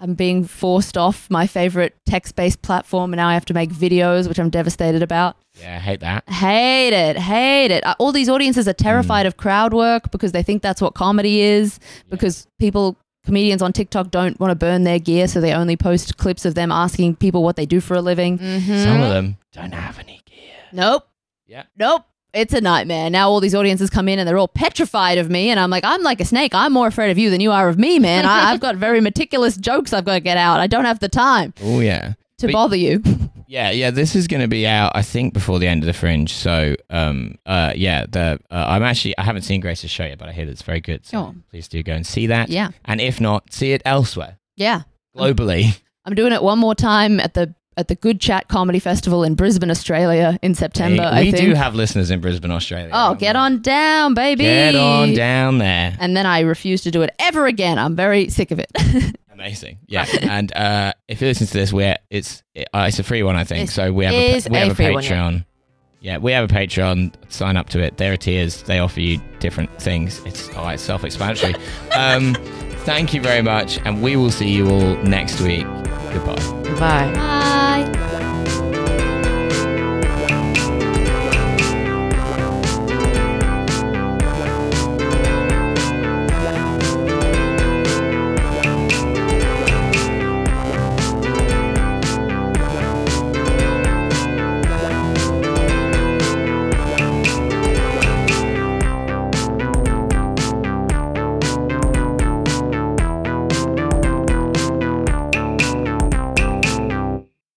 B: I'm being forced off my favorite text based platform, and now I have to make videos, which I'm devastated about.
A: yeah, I hate that.
B: Hate it, hate it. Uh, All these audiences are
A: Mm.
B: terrified of crowd work because they think that's what comedy is. Because people, comedians on TikTok, don't want to burn their gear, so they only post clips of them asking people what they do for a living.
A: Mm. Some
B: Mm.
A: of them don't have any gear.
B: Nope.
A: Yeah.
B: Nope. It's a nightmare. Now all these audiences come in and they're all petrified of me, and I'm like, I'm like a snake. I'm more afraid of you than you are of me, man. I, I've got very meticulous jokes I've got to get out. I don't have the time
A: Oh yeah.
B: to
A: But-
B: bother you.
A: Yeah, yeah, this is going to be out, I think, before the end of the Fringe. So, um, uh, yeah, the uh, I'm actually I haven't seen Grace's show yet, but I hear it's very good. So
B: Oh.
A: please do go and see that.
B: Yeah.
A: and if not, see it elsewhere
B: Yeah.
A: globally.
B: I'm doing it one more time at the at the Good Chat Comedy Festival in Brisbane, Australia, in September.
A: we
B: I think.
A: do have listeners in Brisbane, Australia.
B: oh, get on down, baby!
A: get on down there.
B: And then I refuse to do it ever again. I'm very sick of it.
A: Amazing, yeah. and uh, if you listen to this, we're it's it, uh, it's a free one, I think. so we have a,
C: is
A: pa- we
C: a
A: have a
C: free one,
A: Patreon.
C: yeah.
A: Yeah, we have a Patreon. Sign up to it. There are tiers. They offer you different things. It's oh, it's self-explanatory. um, thank you very much, and we will see you all next week. Goodbye.
C: Bye.
B: Bye.